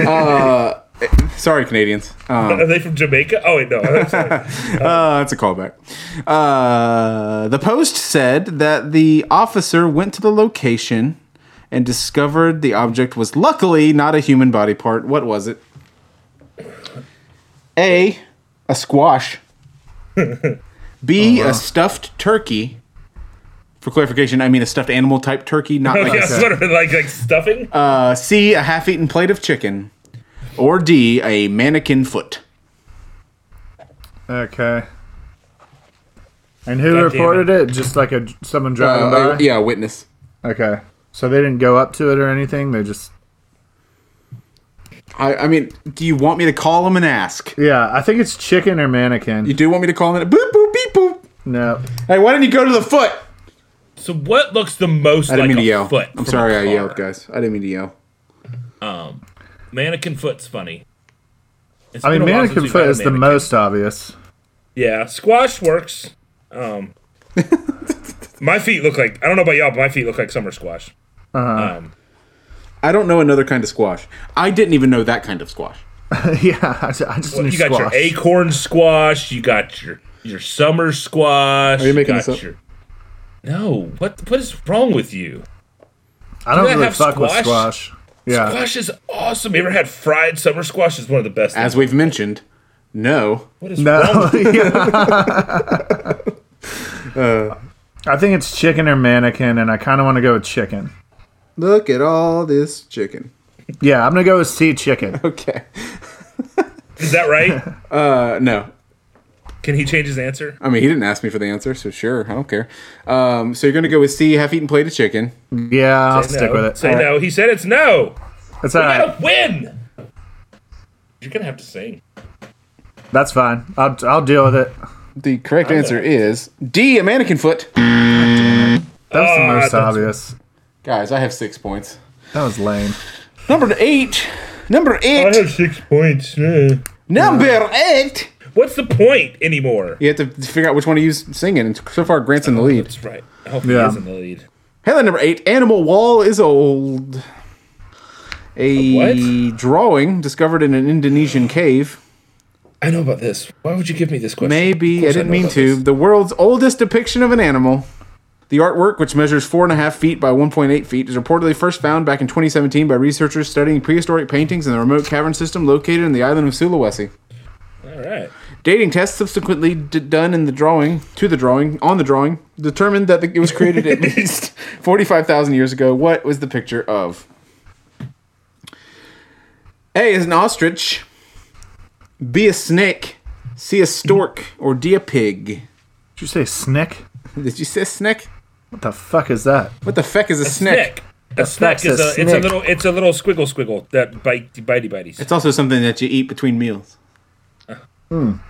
[SPEAKER 1] Uh, sorry, Canadians. Uh,
[SPEAKER 3] Are they from Jamaica? Oh wait, no.
[SPEAKER 2] <laughs>
[SPEAKER 3] I'm sorry.
[SPEAKER 1] uh, that's a callback. Uh, the Post said that the officer went to the location and discovered the object was luckily not a human body part. What was it? A. A squash. B. A stuffed turkey. For clarification, I mean a stuffed animal type turkey, not like
[SPEAKER 3] <laughs> yeah,
[SPEAKER 1] a
[SPEAKER 3] sort of like like stuffing.
[SPEAKER 1] uh, C, a half eaten plate of chicken, or D, a mannequin foot.
[SPEAKER 2] Okay. And who
[SPEAKER 3] God damn
[SPEAKER 2] reported it? Just like a someone driving
[SPEAKER 1] Uh,
[SPEAKER 2] by.
[SPEAKER 1] yeah, witness.
[SPEAKER 2] Okay. So they didn't go up to it or anything. They just.
[SPEAKER 1] I, I mean, do you want me to call him and ask?
[SPEAKER 2] Yeah, I think it's chicken or
[SPEAKER 1] You
[SPEAKER 2] mannequin.
[SPEAKER 1] do want me to call him and boop, boop, beep, boop.
[SPEAKER 2] No.
[SPEAKER 1] Hey, why didn't you go to the foot?
[SPEAKER 3] so what looks the most
[SPEAKER 1] I didn't
[SPEAKER 3] like
[SPEAKER 1] mean
[SPEAKER 3] a
[SPEAKER 1] to yell.
[SPEAKER 3] foot? from
[SPEAKER 1] I'm sorry
[SPEAKER 3] a
[SPEAKER 1] I
[SPEAKER 3] car?
[SPEAKER 1] yelled, guys. I didn't mean to yell.
[SPEAKER 3] Mannequin foot's funny. It's
[SPEAKER 2] I mean,
[SPEAKER 3] been a while
[SPEAKER 2] mannequin
[SPEAKER 3] since we've
[SPEAKER 2] foot
[SPEAKER 3] had a
[SPEAKER 2] is the
[SPEAKER 3] mannequin.
[SPEAKER 2] most obvious. <laughs>
[SPEAKER 3] Yeah, squash works.
[SPEAKER 1] <laughs>
[SPEAKER 3] Um, my feet look like I don't know about y'all, but my feet look like summer squash.
[SPEAKER 1] I don't know another kind of squash. I didn't even know that kind of squash.
[SPEAKER 2] yeah, I ju- I just
[SPEAKER 3] Well,
[SPEAKER 2] knew
[SPEAKER 3] you got
[SPEAKER 2] squash.
[SPEAKER 3] your acorn squash. You got your your summer squash. Are
[SPEAKER 1] you making
[SPEAKER 3] got
[SPEAKER 1] this up?
[SPEAKER 3] Your, no, what what is wrong with you?
[SPEAKER 2] I don't
[SPEAKER 3] Do they
[SPEAKER 2] really
[SPEAKER 3] have
[SPEAKER 2] fuck with
[SPEAKER 3] squash?
[SPEAKER 2] squash.
[SPEAKER 1] Uh,
[SPEAKER 2] Yeah.
[SPEAKER 3] Squash is awesome. You ever had fried summer squash? It's one of the best.
[SPEAKER 1] As
[SPEAKER 3] things.
[SPEAKER 1] we've mentioned, no.
[SPEAKER 3] What is wrong? Uh.
[SPEAKER 2] No.
[SPEAKER 3] With
[SPEAKER 2] <laughs>
[SPEAKER 3] <laughs>
[SPEAKER 2] I think it's chicken or mannequin, and I kind of want to go with chicken.
[SPEAKER 1] Look at all this chicken.
[SPEAKER 2] Yeah, I'm gonna go with sea chicken.
[SPEAKER 1] Okay.
[SPEAKER 3] Is that
[SPEAKER 1] <laughs>
[SPEAKER 3] right?
[SPEAKER 1] Uh, no.
[SPEAKER 3] Can he change his answer?
[SPEAKER 1] I mean, he didn't ask me for the answer, so sure, I don't care. Um, so you're going to go with C, half eaten plate of chicken.
[SPEAKER 2] Yeah, I'll
[SPEAKER 3] Say
[SPEAKER 2] stick
[SPEAKER 3] no.
[SPEAKER 2] with it.
[SPEAKER 3] Say no. He said it's no.
[SPEAKER 2] It's all
[SPEAKER 3] You
[SPEAKER 2] right.
[SPEAKER 3] gotta win. You're gonna have to sing.
[SPEAKER 2] That's fine. I'll, I'll deal with it.
[SPEAKER 1] The correct answer is D, a mannequin foot.
[SPEAKER 2] That was the
[SPEAKER 3] Oh,
[SPEAKER 2] most
[SPEAKER 3] that's-
[SPEAKER 2] obvious.
[SPEAKER 1] Guys, I have six points.
[SPEAKER 2] That was lame.
[SPEAKER 1] Number eight. Number
[SPEAKER 3] Oh,
[SPEAKER 1] eight.
[SPEAKER 3] six points.
[SPEAKER 1] Number eight.
[SPEAKER 3] What's the point anymore?
[SPEAKER 1] You have to figure out which one to use singing. And so far, Grant's in the lead.
[SPEAKER 3] That's right. I hope he
[SPEAKER 2] Yeah.
[SPEAKER 3] is in the lead.
[SPEAKER 1] Headline number eight. Animal wall is old. A
[SPEAKER 3] A
[SPEAKER 1] drawing discovered in an Indonesian cave.
[SPEAKER 3] I know about this. Why would you give me this question? Of
[SPEAKER 1] Maybe I
[SPEAKER 3] course
[SPEAKER 1] didn't
[SPEAKER 3] know
[SPEAKER 1] mean
[SPEAKER 3] about
[SPEAKER 1] to.
[SPEAKER 3] this.
[SPEAKER 1] The world's oldest depiction of an animal. The artwork, which measures four and a half feet by 1.8 feet, is reportedly first found back in 2017 by researchers studying prehistoric paintings in the remote cavern system located in the island of Sulawesi.
[SPEAKER 3] All right.
[SPEAKER 1] Dating tests subsequently d- done in the drawing, to the drawing, on the drawing, determined that the, it was created
[SPEAKER 3] <laughs>
[SPEAKER 1] at least 45,000 years ago. What was the picture of? A is an ostrich. B a snake. C a stork. Or D a pig.
[SPEAKER 2] Did you say snick?
[SPEAKER 1] Did you say snake?
[SPEAKER 2] What the fuck is that?
[SPEAKER 1] What the feck is a, snake?
[SPEAKER 3] Snick. A snack
[SPEAKER 2] snack's
[SPEAKER 3] is
[SPEAKER 2] a
[SPEAKER 3] a, it's a
[SPEAKER 2] snick.
[SPEAKER 3] little it's a little squiggle squiggle that bite bitey bites.
[SPEAKER 1] It's also something that you eat between meals.
[SPEAKER 3] Oh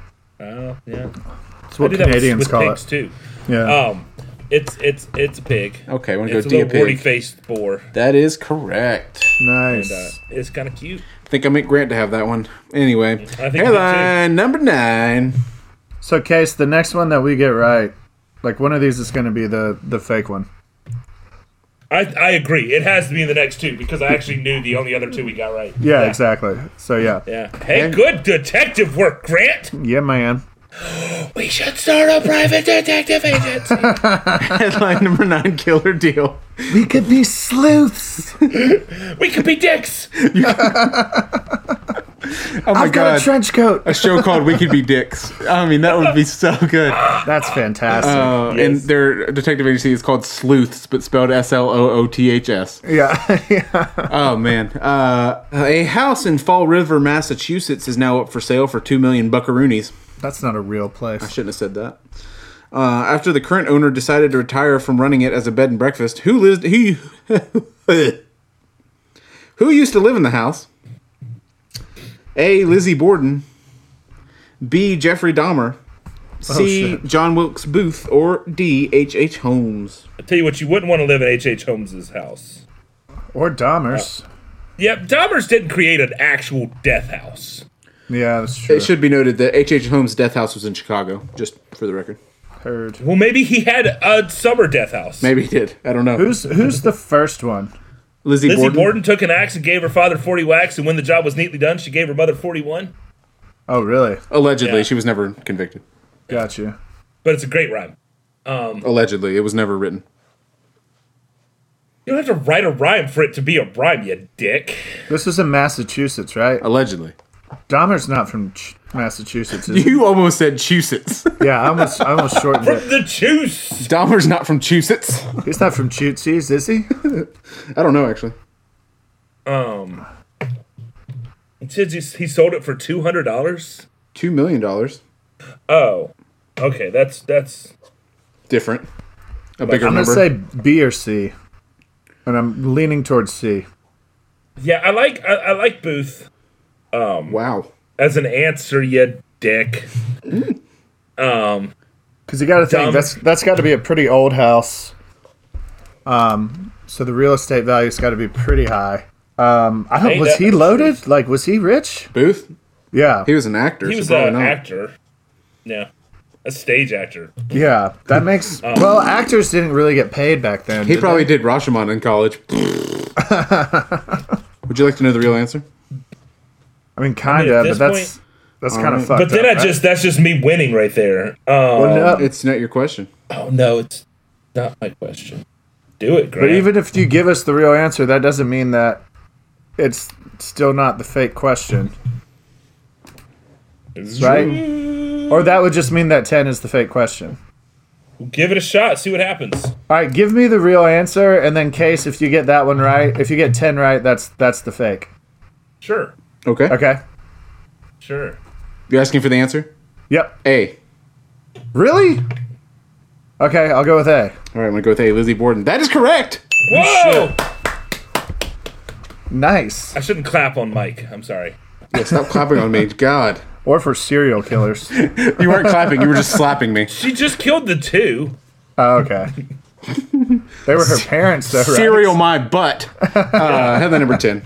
[SPEAKER 3] yeah.
[SPEAKER 2] That's
[SPEAKER 3] I
[SPEAKER 2] what
[SPEAKER 3] do that with-
[SPEAKER 2] Canadians
[SPEAKER 3] with,
[SPEAKER 2] call
[SPEAKER 3] pigs
[SPEAKER 2] it.
[SPEAKER 3] too.
[SPEAKER 2] Yeah.
[SPEAKER 3] Um, it's it's it's a pig.
[SPEAKER 1] Okay, I want to
[SPEAKER 3] It's
[SPEAKER 1] go
[SPEAKER 3] a
[SPEAKER 1] D a
[SPEAKER 3] little warty
[SPEAKER 1] pig.
[SPEAKER 3] faced boar.
[SPEAKER 1] That is correct.
[SPEAKER 2] nice.
[SPEAKER 3] Uh, it's kind of cute.
[SPEAKER 1] I think I meant Grant to have that one. Anyway,
[SPEAKER 3] I think you did too.
[SPEAKER 1] headline number nine.
[SPEAKER 2] so, Case, the next one that we get right, like one of these is gonna be the the fake one.
[SPEAKER 3] I I agree. It has to be in the next two because I actually knew the only other two we got right.
[SPEAKER 2] Yeah, exactly. So yeah,
[SPEAKER 3] Yeah. Hey, good detective work, Grant.
[SPEAKER 2] yeah, man.
[SPEAKER 3] We should start a private detective agency.
[SPEAKER 1] Headline number nine killer deal.
[SPEAKER 2] We could be sleuths.
[SPEAKER 3] we could be dicks.
[SPEAKER 1] Oh my
[SPEAKER 2] I've got
[SPEAKER 1] god.
[SPEAKER 2] a
[SPEAKER 1] <laughs>
[SPEAKER 2] trench coat.
[SPEAKER 1] a show called We Could Be Dicks. I mean, that would be so good.
[SPEAKER 2] That's fantastic.
[SPEAKER 1] Uh, And their detective agency is called Sleuths, but spelled S L O O T H S.
[SPEAKER 2] yeah. <laughs>
[SPEAKER 1] Oh man! Uh, a house in Fall River, Massachusetts, is now up for sale for two million buckaroonies.
[SPEAKER 2] That's not a real place.
[SPEAKER 1] Shouldn't have said that. Uh, after the current owner decided to retire from running it as a bed and breakfast, who lived he <laughs> who used to live in the house? A. Lizzie Borden. B. Jeffrey Dahmer. C.
[SPEAKER 2] shit.
[SPEAKER 1] John Wilkes Booth. Or D. H. H. Holmes.
[SPEAKER 3] I tell you what, you wouldn't want to live in H. H. Holmes's house.
[SPEAKER 2] Or Dahmer's.
[SPEAKER 3] Yep, Dahmer's didn't create an actual death house.
[SPEAKER 2] Yeah, that's true.
[SPEAKER 1] It should be noted that H. H. Holmes' death house was in Chicago, just for the record.
[SPEAKER 2] Heard.
[SPEAKER 3] Well, maybe he had a summer death house.
[SPEAKER 1] Maybe he did. I don't know.
[SPEAKER 2] Who's who's the first one?
[SPEAKER 1] Lizzie,
[SPEAKER 3] Lizzie
[SPEAKER 1] Borden?
[SPEAKER 3] Borden. took an axe and gave her father 40 whacks, and when the job was neatly done, she gave her mother 41.
[SPEAKER 2] Oh, really?
[SPEAKER 1] Allegedly,
[SPEAKER 3] Yeah.
[SPEAKER 1] she was never convicted.
[SPEAKER 2] Got you.
[SPEAKER 3] But it's a great rhyme.
[SPEAKER 1] Allegedly, it was never written.
[SPEAKER 3] You don't have to write a rhyme for it to be a rhyme, you dick.
[SPEAKER 2] This is in Massachusetts, right?
[SPEAKER 1] Allegedly.
[SPEAKER 2] Dahmer's not from Ch- Massachusetts. Is
[SPEAKER 1] <laughs>
[SPEAKER 2] he?
[SPEAKER 1] You almost said <laughs> Chusets.
[SPEAKER 2] Yeah, I almost, I almost shortened
[SPEAKER 3] From
[SPEAKER 2] it.
[SPEAKER 3] the juice.
[SPEAKER 1] Dahmer's not from Chusets.
[SPEAKER 2] He's not from Chootsies, is he?
[SPEAKER 1] I don't know actually.
[SPEAKER 3] Um, he said he he sold it for two hundred dollars.
[SPEAKER 1] Two million dollars.
[SPEAKER 3] Oh, okay, that's that's
[SPEAKER 1] Different. A bigger
[SPEAKER 2] I'm gonna
[SPEAKER 1] number.
[SPEAKER 2] say B or C, and I'm leaning towards C.
[SPEAKER 3] yeah. I like I, I like Booth
[SPEAKER 1] wow.
[SPEAKER 3] as an answer, you dick.
[SPEAKER 2] Because you got to think
[SPEAKER 3] Dumb.
[SPEAKER 2] that's that's got to be a pretty old house. Um, so the real estate value's got to be pretty high. Um, I don't.
[SPEAKER 3] Ain't
[SPEAKER 2] Was
[SPEAKER 3] that
[SPEAKER 2] he
[SPEAKER 3] the
[SPEAKER 2] loaded? Like, was he rich?
[SPEAKER 1] Booth.
[SPEAKER 2] Yeah,
[SPEAKER 1] He was an actor.
[SPEAKER 3] He
[SPEAKER 1] so
[SPEAKER 3] was
[SPEAKER 1] probably
[SPEAKER 3] an
[SPEAKER 1] not.
[SPEAKER 3] actor. Yeah, a stage actor.
[SPEAKER 2] yeah. That
[SPEAKER 3] <laughs>
[SPEAKER 2] makes
[SPEAKER 3] Um,
[SPEAKER 2] well, actors didn't really get paid back then.
[SPEAKER 1] He
[SPEAKER 2] did
[SPEAKER 1] probably did Rashomon in <laughs> college. Would you like to know the real answer?
[SPEAKER 2] they? I mean, kind
[SPEAKER 3] at
[SPEAKER 2] of,
[SPEAKER 3] this
[SPEAKER 2] but that's that's kind of fucked.
[SPEAKER 3] But then I
[SPEAKER 2] up, right?
[SPEAKER 3] just that's just me winning right there. Um,
[SPEAKER 2] Well, no,
[SPEAKER 1] It's not your question.
[SPEAKER 3] oh no, it's not my question. Do it, Grant.
[SPEAKER 2] But even if you give us the real answer, that doesn't mean that it's still not the fake question, right? Or that would just mean that 10 is the fake question.
[SPEAKER 3] give it a shot, see what happens.
[SPEAKER 2] All right, give me the real answer, and then case if you get that one right, if you get 10 right, that's that's the fake.
[SPEAKER 3] Sure,
[SPEAKER 1] Okay.
[SPEAKER 2] Okay.
[SPEAKER 3] sure.
[SPEAKER 1] You're asking for the answer.
[SPEAKER 2] Yep.
[SPEAKER 1] A.
[SPEAKER 2] Really? Okay, I'll go with
[SPEAKER 1] All
[SPEAKER 2] A.
[SPEAKER 1] right, I'm gonna go with A. Lizzie Borden. That is correct.
[SPEAKER 3] Whoa!
[SPEAKER 2] Nice.
[SPEAKER 3] I shouldn't clap on Mike. I'm sorry.
[SPEAKER 1] Yeah, stop clapping on me. God.
[SPEAKER 2] Or for serial killers.
[SPEAKER 1] You weren't clapping. You were just slapping me.
[SPEAKER 3] She just killed the two.
[SPEAKER 2] Oh, okay. They were her
[SPEAKER 1] <laughs>
[SPEAKER 2] parents, though, right?
[SPEAKER 1] Cereal my <laughs> butt. Uh, headline number 10.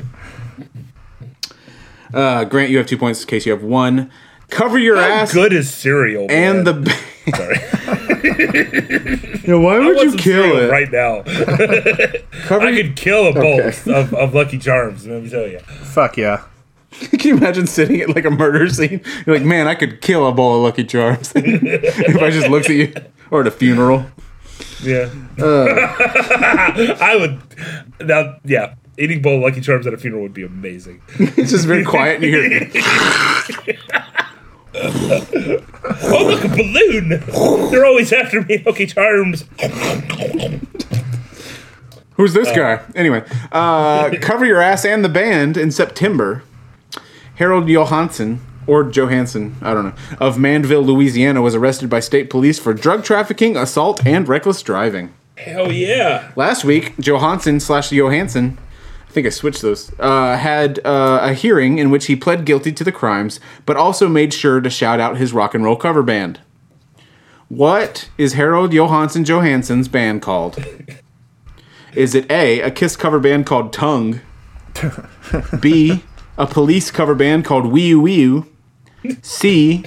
[SPEAKER 1] Uh, Grant, you have two points in case you have one. Cover your
[SPEAKER 3] How
[SPEAKER 1] ass
[SPEAKER 3] good is cereal?
[SPEAKER 1] and the. <laughs>
[SPEAKER 3] Sorry.
[SPEAKER 1] yeah, why would
[SPEAKER 3] I want some cereal right now? <laughs>
[SPEAKER 1] Cover
[SPEAKER 3] I
[SPEAKER 1] your-
[SPEAKER 3] could kill a bowl of, of Lucky Charms. Let me tell you.
[SPEAKER 2] Fuck yeah.
[SPEAKER 1] <laughs> Can you imagine sitting at like a murder scene? You're like, man, I could kill a bowl of Lucky Charms <laughs> if I just looked at you. Or at a funeral.
[SPEAKER 3] Yeah. <laughs> I would. Now, yeah, eating bowl of Lucky Charms at a funeral would be amazing.
[SPEAKER 1] <laughs> It's just very quiet and you hear.
[SPEAKER 3] Oh, look, a balloon! They're always after me, Lucky Charms.
[SPEAKER 1] Who's this guy? Anyway, uh, cover your ass and the band in September. Harold Johansson or Johansson, I don't know, of Mandeville, Louisiana, was arrested by state police for drug trafficking, assault, and reckless driving.
[SPEAKER 3] Hell yeah!
[SPEAKER 1] Last week, Johansson slash Johansson, I think I switched those, uh, had uh, a hearing in which he pled guilty to the crimes, but also made sure to shout out his rock and roll cover band. What is Harold Johansson Johansson's band called? Is it A, a Kiss cover band called Tongue? B, a police cover band called Wee You Wee You? C,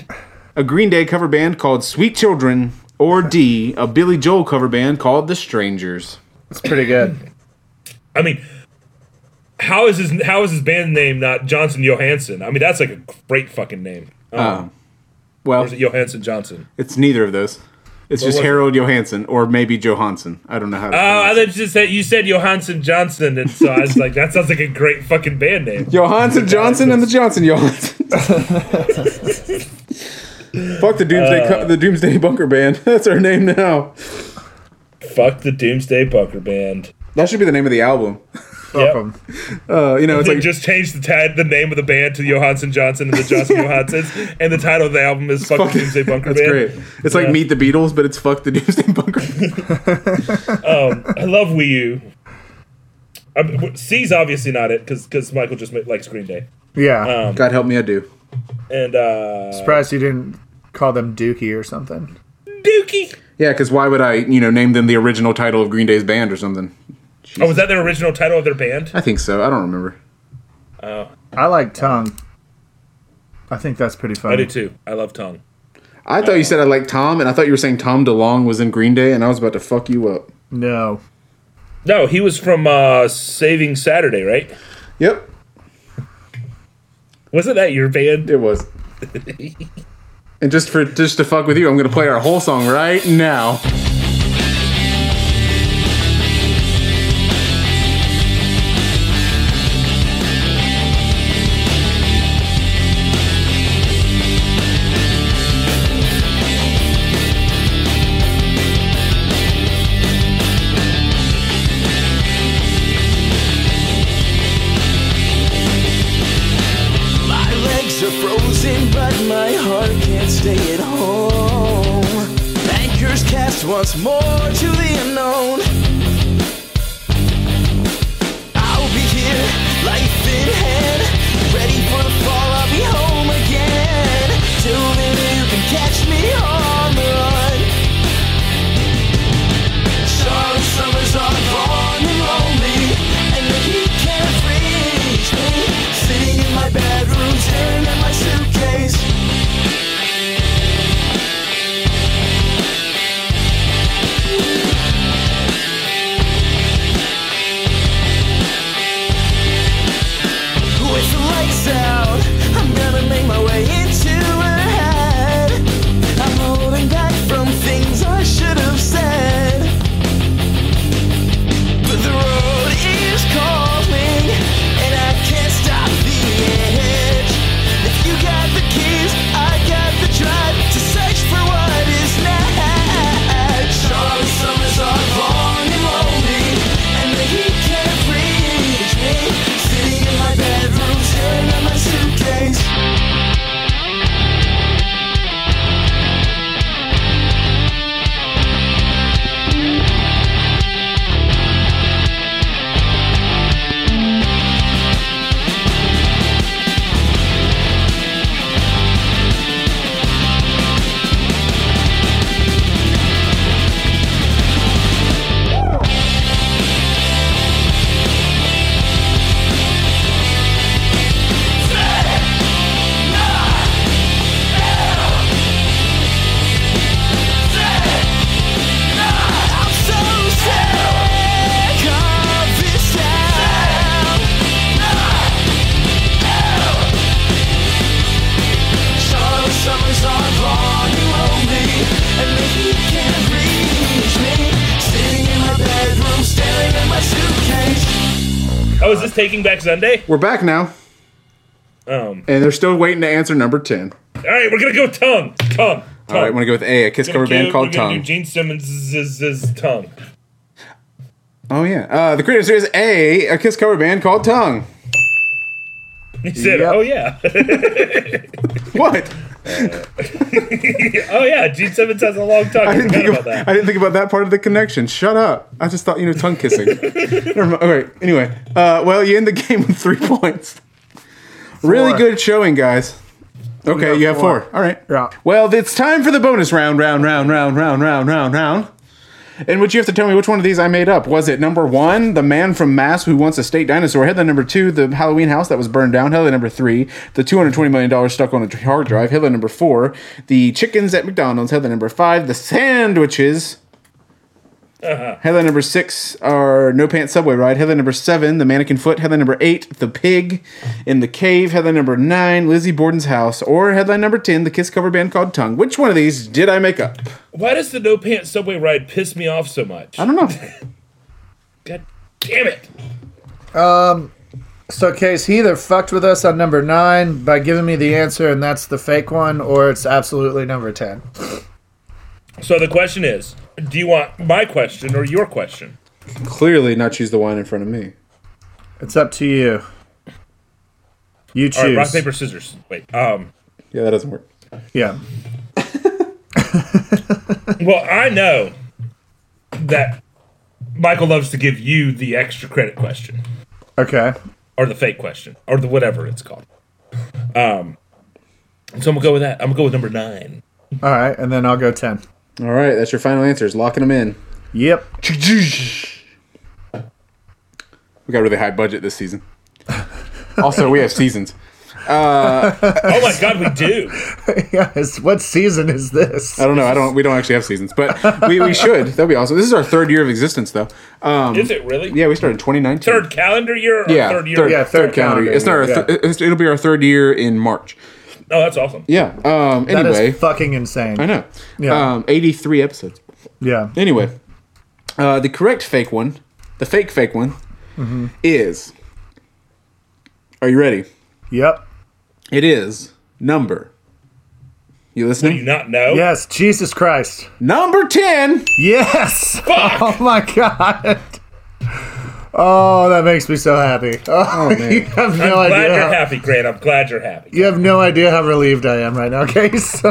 [SPEAKER 1] a Green Day cover band called Sweet Children? Or D, a Billy Joel cover band called The Strangers?
[SPEAKER 2] It's pretty good.
[SPEAKER 3] I mean, how is his how is his band name not Johnson Johansson? I mean, that's like a great fucking name.
[SPEAKER 1] Well,
[SPEAKER 3] Or is it Johansson Johnson?
[SPEAKER 1] it's neither of those. It's just
[SPEAKER 3] was it?
[SPEAKER 1] Harold Johansson or maybe Johansson. I don't know how to.
[SPEAKER 3] Oh, I
[SPEAKER 1] pronounce
[SPEAKER 3] thought you just said you said Johansson Johnson, and so I was like, that sounds like a great fucking band name.
[SPEAKER 1] it. Johansson Johnson and the Johnson
[SPEAKER 3] <laughs>
[SPEAKER 1] Johansson. Fuck the Doomsday
[SPEAKER 3] Uh.
[SPEAKER 1] Co- the Doomsday Bunker Band. <laughs> That's our name now.
[SPEAKER 3] Fuck the Doomsday Bunker Band.
[SPEAKER 1] That should be the name of the album.
[SPEAKER 3] Yep.
[SPEAKER 2] Um,
[SPEAKER 1] Uh, you know, it's
[SPEAKER 3] They
[SPEAKER 1] like
[SPEAKER 3] just changed the tag, the name of the band to Johansson Johnson and the
[SPEAKER 1] <laughs>
[SPEAKER 3] Johnson Johansons, and the title of the album is "Fuck the Doomsday Bunker
[SPEAKER 1] that's
[SPEAKER 3] Band."
[SPEAKER 1] great. It's like
[SPEAKER 3] Yeah.
[SPEAKER 1] Meet the Beatles, but it's Fuck the <laughs> Doomsday Bunker.
[SPEAKER 3] I love Wii U. Um, w- C's obviously not it because Michael just made, likes Green Day, Um,
[SPEAKER 2] yeah.
[SPEAKER 1] God help me, I do.
[SPEAKER 3] and uh,
[SPEAKER 2] Surprised you didn't call them Dookie or something.
[SPEAKER 3] Dookie.
[SPEAKER 1] Yeah, because why would I, you know, name them the original title of Green Day's band or something?
[SPEAKER 3] Oh, was that their original title of their band?
[SPEAKER 1] I think so. I don't remember.
[SPEAKER 2] I like tongue. I think that's pretty
[SPEAKER 3] I do
[SPEAKER 2] funny.
[SPEAKER 3] too. I love Tongue.
[SPEAKER 1] I thought you said I liked Tom, and I thought you were saying Tom DeLong was in Green Day, and I was about to fuck you up.
[SPEAKER 2] No.
[SPEAKER 3] No, he was from uh, Saving Saturday, right?
[SPEAKER 1] Yep,
[SPEAKER 3] Wasn't that your band?
[SPEAKER 1] it was. and just for just to fuck with you, I'm gonna play our whole song right now.
[SPEAKER 8] My legs are frozen, but my heart can't stay at home. Anchors cast once more to the unknown. I'll be here, life in hand, ready for the fall. I'll be home again. Till then, you can catch me on the run. Sorry, summers are long and lonely, and the heat can't freeze me. Sitting in my bedroom, staring at my suitcase. With the lights out, I'm gonna make my way into her head. I'm holding back from things I should have said. But the road is calling, and I can't stop the edge. If you got the keys, I got the drive to search for what is next. Charlie summers are long and lonely, and the heat can't reach me. Sitting in my bedroom, staring at my suitcase. I'm so sick of this town. Summer, summers are long and lonely, and the heat can't reach me. Sitting in my bedroom, staring at my suitcase.
[SPEAKER 3] Oh, is this Taking Back Sunday?
[SPEAKER 1] We're back now,
[SPEAKER 3] Um,
[SPEAKER 1] and they're still waiting to answer number ten.
[SPEAKER 3] all right, we're gonna go Tongue. Tongue.
[SPEAKER 1] All right, I'm
[SPEAKER 3] Tongue.
[SPEAKER 1] gonna go with A, a Kiss cover band called
[SPEAKER 3] Do
[SPEAKER 1] Tongue.
[SPEAKER 3] Gene Simmons' Tongue.
[SPEAKER 1] oh yeah, uh, the creative series A, a Kiss cover band called
[SPEAKER 3] <laughs>
[SPEAKER 1] Tongue.
[SPEAKER 3] He said,
[SPEAKER 2] Yep.
[SPEAKER 3] "Oh yeah,
[SPEAKER 1] What?
[SPEAKER 3] oh yeah." Gene Simmons has a long tongue.
[SPEAKER 1] <laughs>
[SPEAKER 3] I,
[SPEAKER 1] I didn't,
[SPEAKER 3] forgot
[SPEAKER 1] think
[SPEAKER 3] about
[SPEAKER 1] about,
[SPEAKER 3] that.
[SPEAKER 1] I didn't think about that part of the connection. Shut up. I just thought, you know, tongue
[SPEAKER 3] <laughs>
[SPEAKER 1] kissing. Never mind. All right. Anyway, uh, well, you end the <laughs> game with three points. Really
[SPEAKER 2] Four.
[SPEAKER 1] good showing, guys. Okay,
[SPEAKER 2] got
[SPEAKER 1] you have four.
[SPEAKER 2] four.
[SPEAKER 1] All right.
[SPEAKER 2] Yeah.
[SPEAKER 1] Well, it's time for the bonus round, round, round, round, round, round, round, round. In which you have to tell me which one of these I made up. Was it number one, the man from Mass who wants a state dinosaur? Headline number two, the Halloween house that was burned down. Headline number three, the two hundred twenty million dollars stuck on a hard drive. Headline number four, the chickens at McDonald's. Headline number five, the sandwiches. Headline number six are No Pants Subway Ride. Headline number seven, The Mannequin Foot. Headline number eight, The Pig in the Cave. Headline number nine, Lizzie Borden's House. Or headline number 10, The Kiss cover band called Tongue. Which one of these did I make up?
[SPEAKER 3] Why does the no pants subway ride piss me off so much?
[SPEAKER 1] I don't know.
[SPEAKER 3] God damn it!
[SPEAKER 2] So, Case, he either fucked with us on number nine by giving me the answer, and that's the fake one, or it's absolutely number 10.
[SPEAKER 3] So the question is, do you want my question or your question?
[SPEAKER 1] <laughs> Clearly, not choose the wine in front of me.
[SPEAKER 2] It's up to you. You
[SPEAKER 3] All right,
[SPEAKER 2] choose.
[SPEAKER 3] rock paper scissors. Wait. Um.
[SPEAKER 1] Yeah, that doesn't work.
[SPEAKER 2] Yeah.
[SPEAKER 3] Well, I know that Michael loves to give you the extra credit question
[SPEAKER 2] Okay.
[SPEAKER 3] or the fake question or the whatever it's called. Um. So I'm gonna go with that. I'm gonna go with number nine.
[SPEAKER 2] All right, and then I'll go 10.
[SPEAKER 1] All right, that's your final answers. Locking them <laughs> in.
[SPEAKER 2] Yep. <laughs>
[SPEAKER 1] We got a really high budget this season. <laughs> Also, we have seasons.
[SPEAKER 3] Oh my god, we do.
[SPEAKER 2] Yes. What season is this?
[SPEAKER 1] I don't know. I don't. We don't actually have seasons, but we, we should. That'd be awesome. This is our third year of existence, though. <laughs> Um,
[SPEAKER 3] Is it really?
[SPEAKER 1] yeah, we started in 2019.
[SPEAKER 3] Third calendar year. Or
[SPEAKER 1] yeah,
[SPEAKER 3] Third year.
[SPEAKER 2] yeah, third calendar year,
[SPEAKER 1] It's not. Our
[SPEAKER 2] yeah.
[SPEAKER 1] th- it's, it'll be our third year in March.
[SPEAKER 3] Oh, that's awesome.
[SPEAKER 1] Yeah. Um.
[SPEAKER 2] That is
[SPEAKER 1] Anyway,
[SPEAKER 2] fucking insane.
[SPEAKER 1] I know.
[SPEAKER 2] Yeah.
[SPEAKER 1] Um. 83 episodes.
[SPEAKER 2] Yeah.
[SPEAKER 1] Anyway, uh, the correct fake one, the fake fake one,
[SPEAKER 2] Mm-hmm.
[SPEAKER 1] is. Are you ready?
[SPEAKER 2] Yep.
[SPEAKER 1] It is number. You
[SPEAKER 3] Do you
[SPEAKER 1] listening?
[SPEAKER 3] not know?
[SPEAKER 2] Yes. Jesus Christ.
[SPEAKER 1] Number ten.
[SPEAKER 2] Yes. <laughs> Oh my God. Oh, that makes me so happy. <laughs> Oh, you have no
[SPEAKER 3] I'm glad
[SPEAKER 2] idea.
[SPEAKER 3] you're
[SPEAKER 2] how-
[SPEAKER 3] happy, Grant. I'm glad you're happy.
[SPEAKER 2] You have no idea how relieved I am right now, <laughs> Case.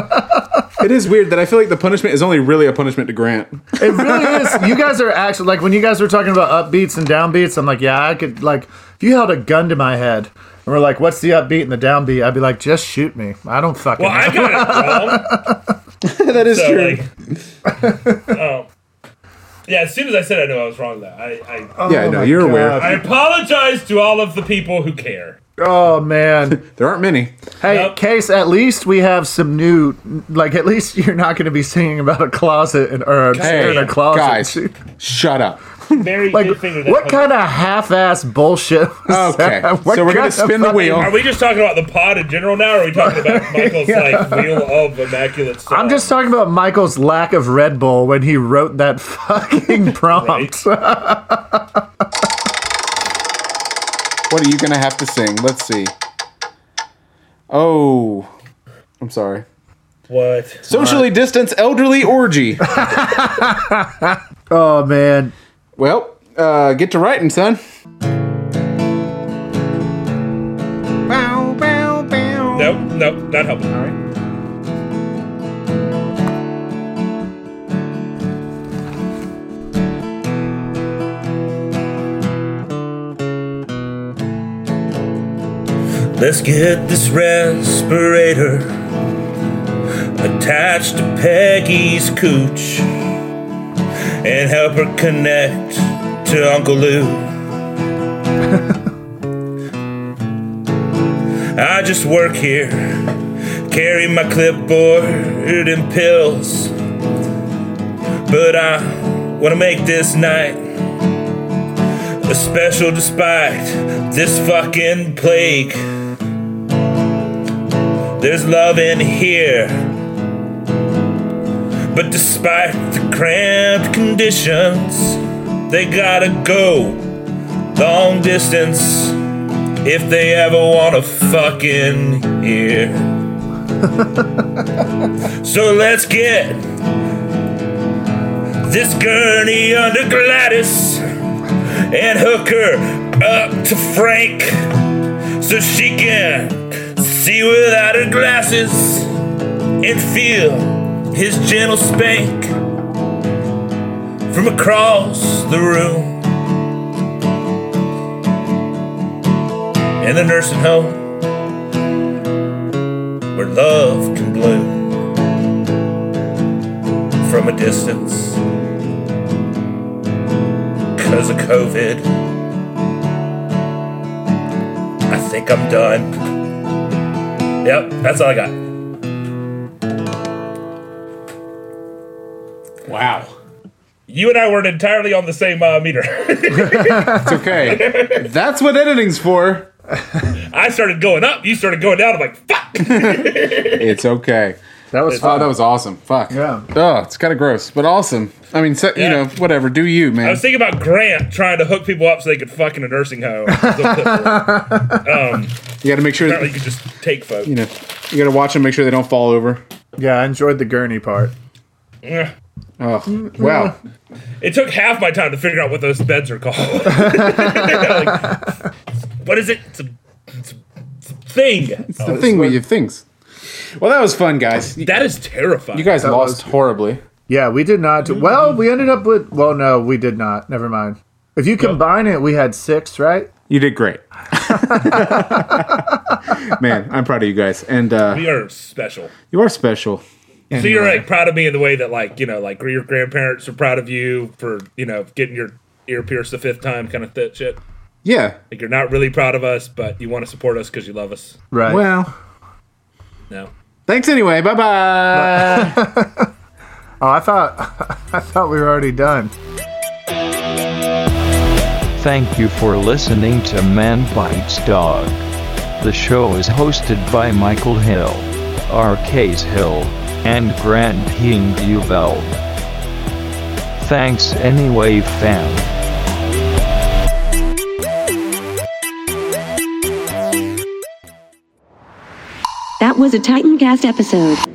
[SPEAKER 1] It is weird that I feel like the punishment is only really a punishment to Grant. <laughs>
[SPEAKER 2] It really is. You guys are actually like when you guys were talking about upbeats and downbeats. I'm like, yeah, I could like if you held a gun to my head and we're like, what's the upbeat and the downbeat? I'd be like, just shoot me. I don't fucking.
[SPEAKER 3] Well, I
[SPEAKER 2] know.
[SPEAKER 3] got it wrong.
[SPEAKER 2] <laughs>
[SPEAKER 1] that is
[SPEAKER 3] So,
[SPEAKER 1] true.
[SPEAKER 3] like, um, yeah, as soon as I said I knew I was wrong, though, I, I,
[SPEAKER 1] yeah, no,
[SPEAKER 2] Oh my
[SPEAKER 1] you're aware.
[SPEAKER 2] God.
[SPEAKER 3] I apologize to all of the people who care.
[SPEAKER 2] oh man.
[SPEAKER 1] There aren't many.
[SPEAKER 2] Hey,
[SPEAKER 3] Yep.
[SPEAKER 2] Case. At least we have some new. Like, at least <laughs> you're not going to be singing about a closet and or a chair in a
[SPEAKER 1] Hey,
[SPEAKER 2] closet.
[SPEAKER 1] guys. Shut up.
[SPEAKER 3] Very
[SPEAKER 2] Like,
[SPEAKER 3] good finger.
[SPEAKER 2] what kind of half-ass bullshit? was
[SPEAKER 1] Okay,
[SPEAKER 2] that? What
[SPEAKER 1] so we're gonna
[SPEAKER 2] kind of
[SPEAKER 1] spin the
[SPEAKER 2] fucking-
[SPEAKER 1] wheel.
[SPEAKER 3] Are we just talking about the pod in general now, or are we talking
[SPEAKER 2] <laughs>
[SPEAKER 3] about Michael's like wheel of immaculate? Song?
[SPEAKER 2] I'm just talking about Michael's lack of Red Bull when he wrote that <laughs> fucking prompt.
[SPEAKER 1] What are you gonna have to sing? Let's see. Oh, I'm sorry.
[SPEAKER 3] what?
[SPEAKER 1] Socially distanced elderly
[SPEAKER 3] <laughs>
[SPEAKER 1] orgy.
[SPEAKER 2] Oh man.
[SPEAKER 1] well, uh, get to writing, son. Bow, bow, bow.
[SPEAKER 3] No, no, not helping. All right. Let's get this respirator attached to Peggy's cooch and help her connect to Uncle Lou. I just work here, carry my clipboard and pills. But I wanna make this night a special despite this fucking plague. There's love in here. But despite the cramped conditions, they gotta go long distance if they ever want to fucking hear. so let's get this gurney under Gladys and hook her up to Frank so she can see without her glasses and feel his gentle spank from across the room. in the nursing home where love can bloom from a distance because of COVID. I think I'm done. Yep, that's all I got.
[SPEAKER 1] Wow.
[SPEAKER 3] You and I weren't entirely on the same uh, meter. <laughs>
[SPEAKER 1] It's okay. <laughs> That's what editing's for.
[SPEAKER 3] I started going up, you started going down. I'm like, fuck!
[SPEAKER 1] It's okay.
[SPEAKER 2] That was
[SPEAKER 1] Oh,
[SPEAKER 2] fun.
[SPEAKER 1] that was awesome. Fuck.
[SPEAKER 2] Yeah.
[SPEAKER 1] Oh, it's kind of gross, but awesome. I mean, so, you
[SPEAKER 3] Yeah.
[SPEAKER 1] know, whatever. Do you,
[SPEAKER 3] I
[SPEAKER 1] man?
[SPEAKER 3] was thinking about Grant trying to hook people up so they could fuck in a nursing home. um,
[SPEAKER 1] You got to make sure
[SPEAKER 3] apparently,
[SPEAKER 1] that,
[SPEAKER 3] you could just take folk.
[SPEAKER 1] you know. You got to watch them, make sure they don't fall over.
[SPEAKER 2] yeah, I enjoyed the gurney part.
[SPEAKER 3] Yeah.
[SPEAKER 1] Oh,
[SPEAKER 3] Mm-hmm.
[SPEAKER 1] wow.
[SPEAKER 3] It took half my time to figure out what those beds are called. <laughs> Like, what is it? It's a, it's a- it's a thing.
[SPEAKER 2] Oh,
[SPEAKER 1] the thing with your things. Well, that was fun, guys. You
[SPEAKER 3] That is terrifying.
[SPEAKER 1] guys
[SPEAKER 2] That
[SPEAKER 1] lost
[SPEAKER 2] was-
[SPEAKER 1] horribly.
[SPEAKER 2] Yeah, we did not.
[SPEAKER 1] Mm-hmm.
[SPEAKER 2] Do, well, we ended up with. Well, no, we did not. Never mind. If you combine it, we had six, right?
[SPEAKER 1] You did
[SPEAKER 2] <laughs>
[SPEAKER 1] great. man, I'm proud of you guys, and uh,
[SPEAKER 3] we are special.
[SPEAKER 1] you are special.
[SPEAKER 3] So you're like proud of me in the way that like you know like your grandparents are proud of you for you know getting your ear pierced the fifth time kind of th- shit.
[SPEAKER 1] Yeah.
[SPEAKER 3] Like you're not really proud of us, but you want to support us because you love us.
[SPEAKER 2] Right.
[SPEAKER 1] Well,
[SPEAKER 3] No.
[SPEAKER 1] thanks anyway. Bye bye.
[SPEAKER 2] oh, I thought <laughs> I thought we were already done.
[SPEAKER 4] Thank you for listening to Man Bites Dog. The show is hosted by Michael Hill, R.K.'s Hill, and Grant Hing Duveld. Thanks anyway, fam.
[SPEAKER 9] That was a Titancast episode.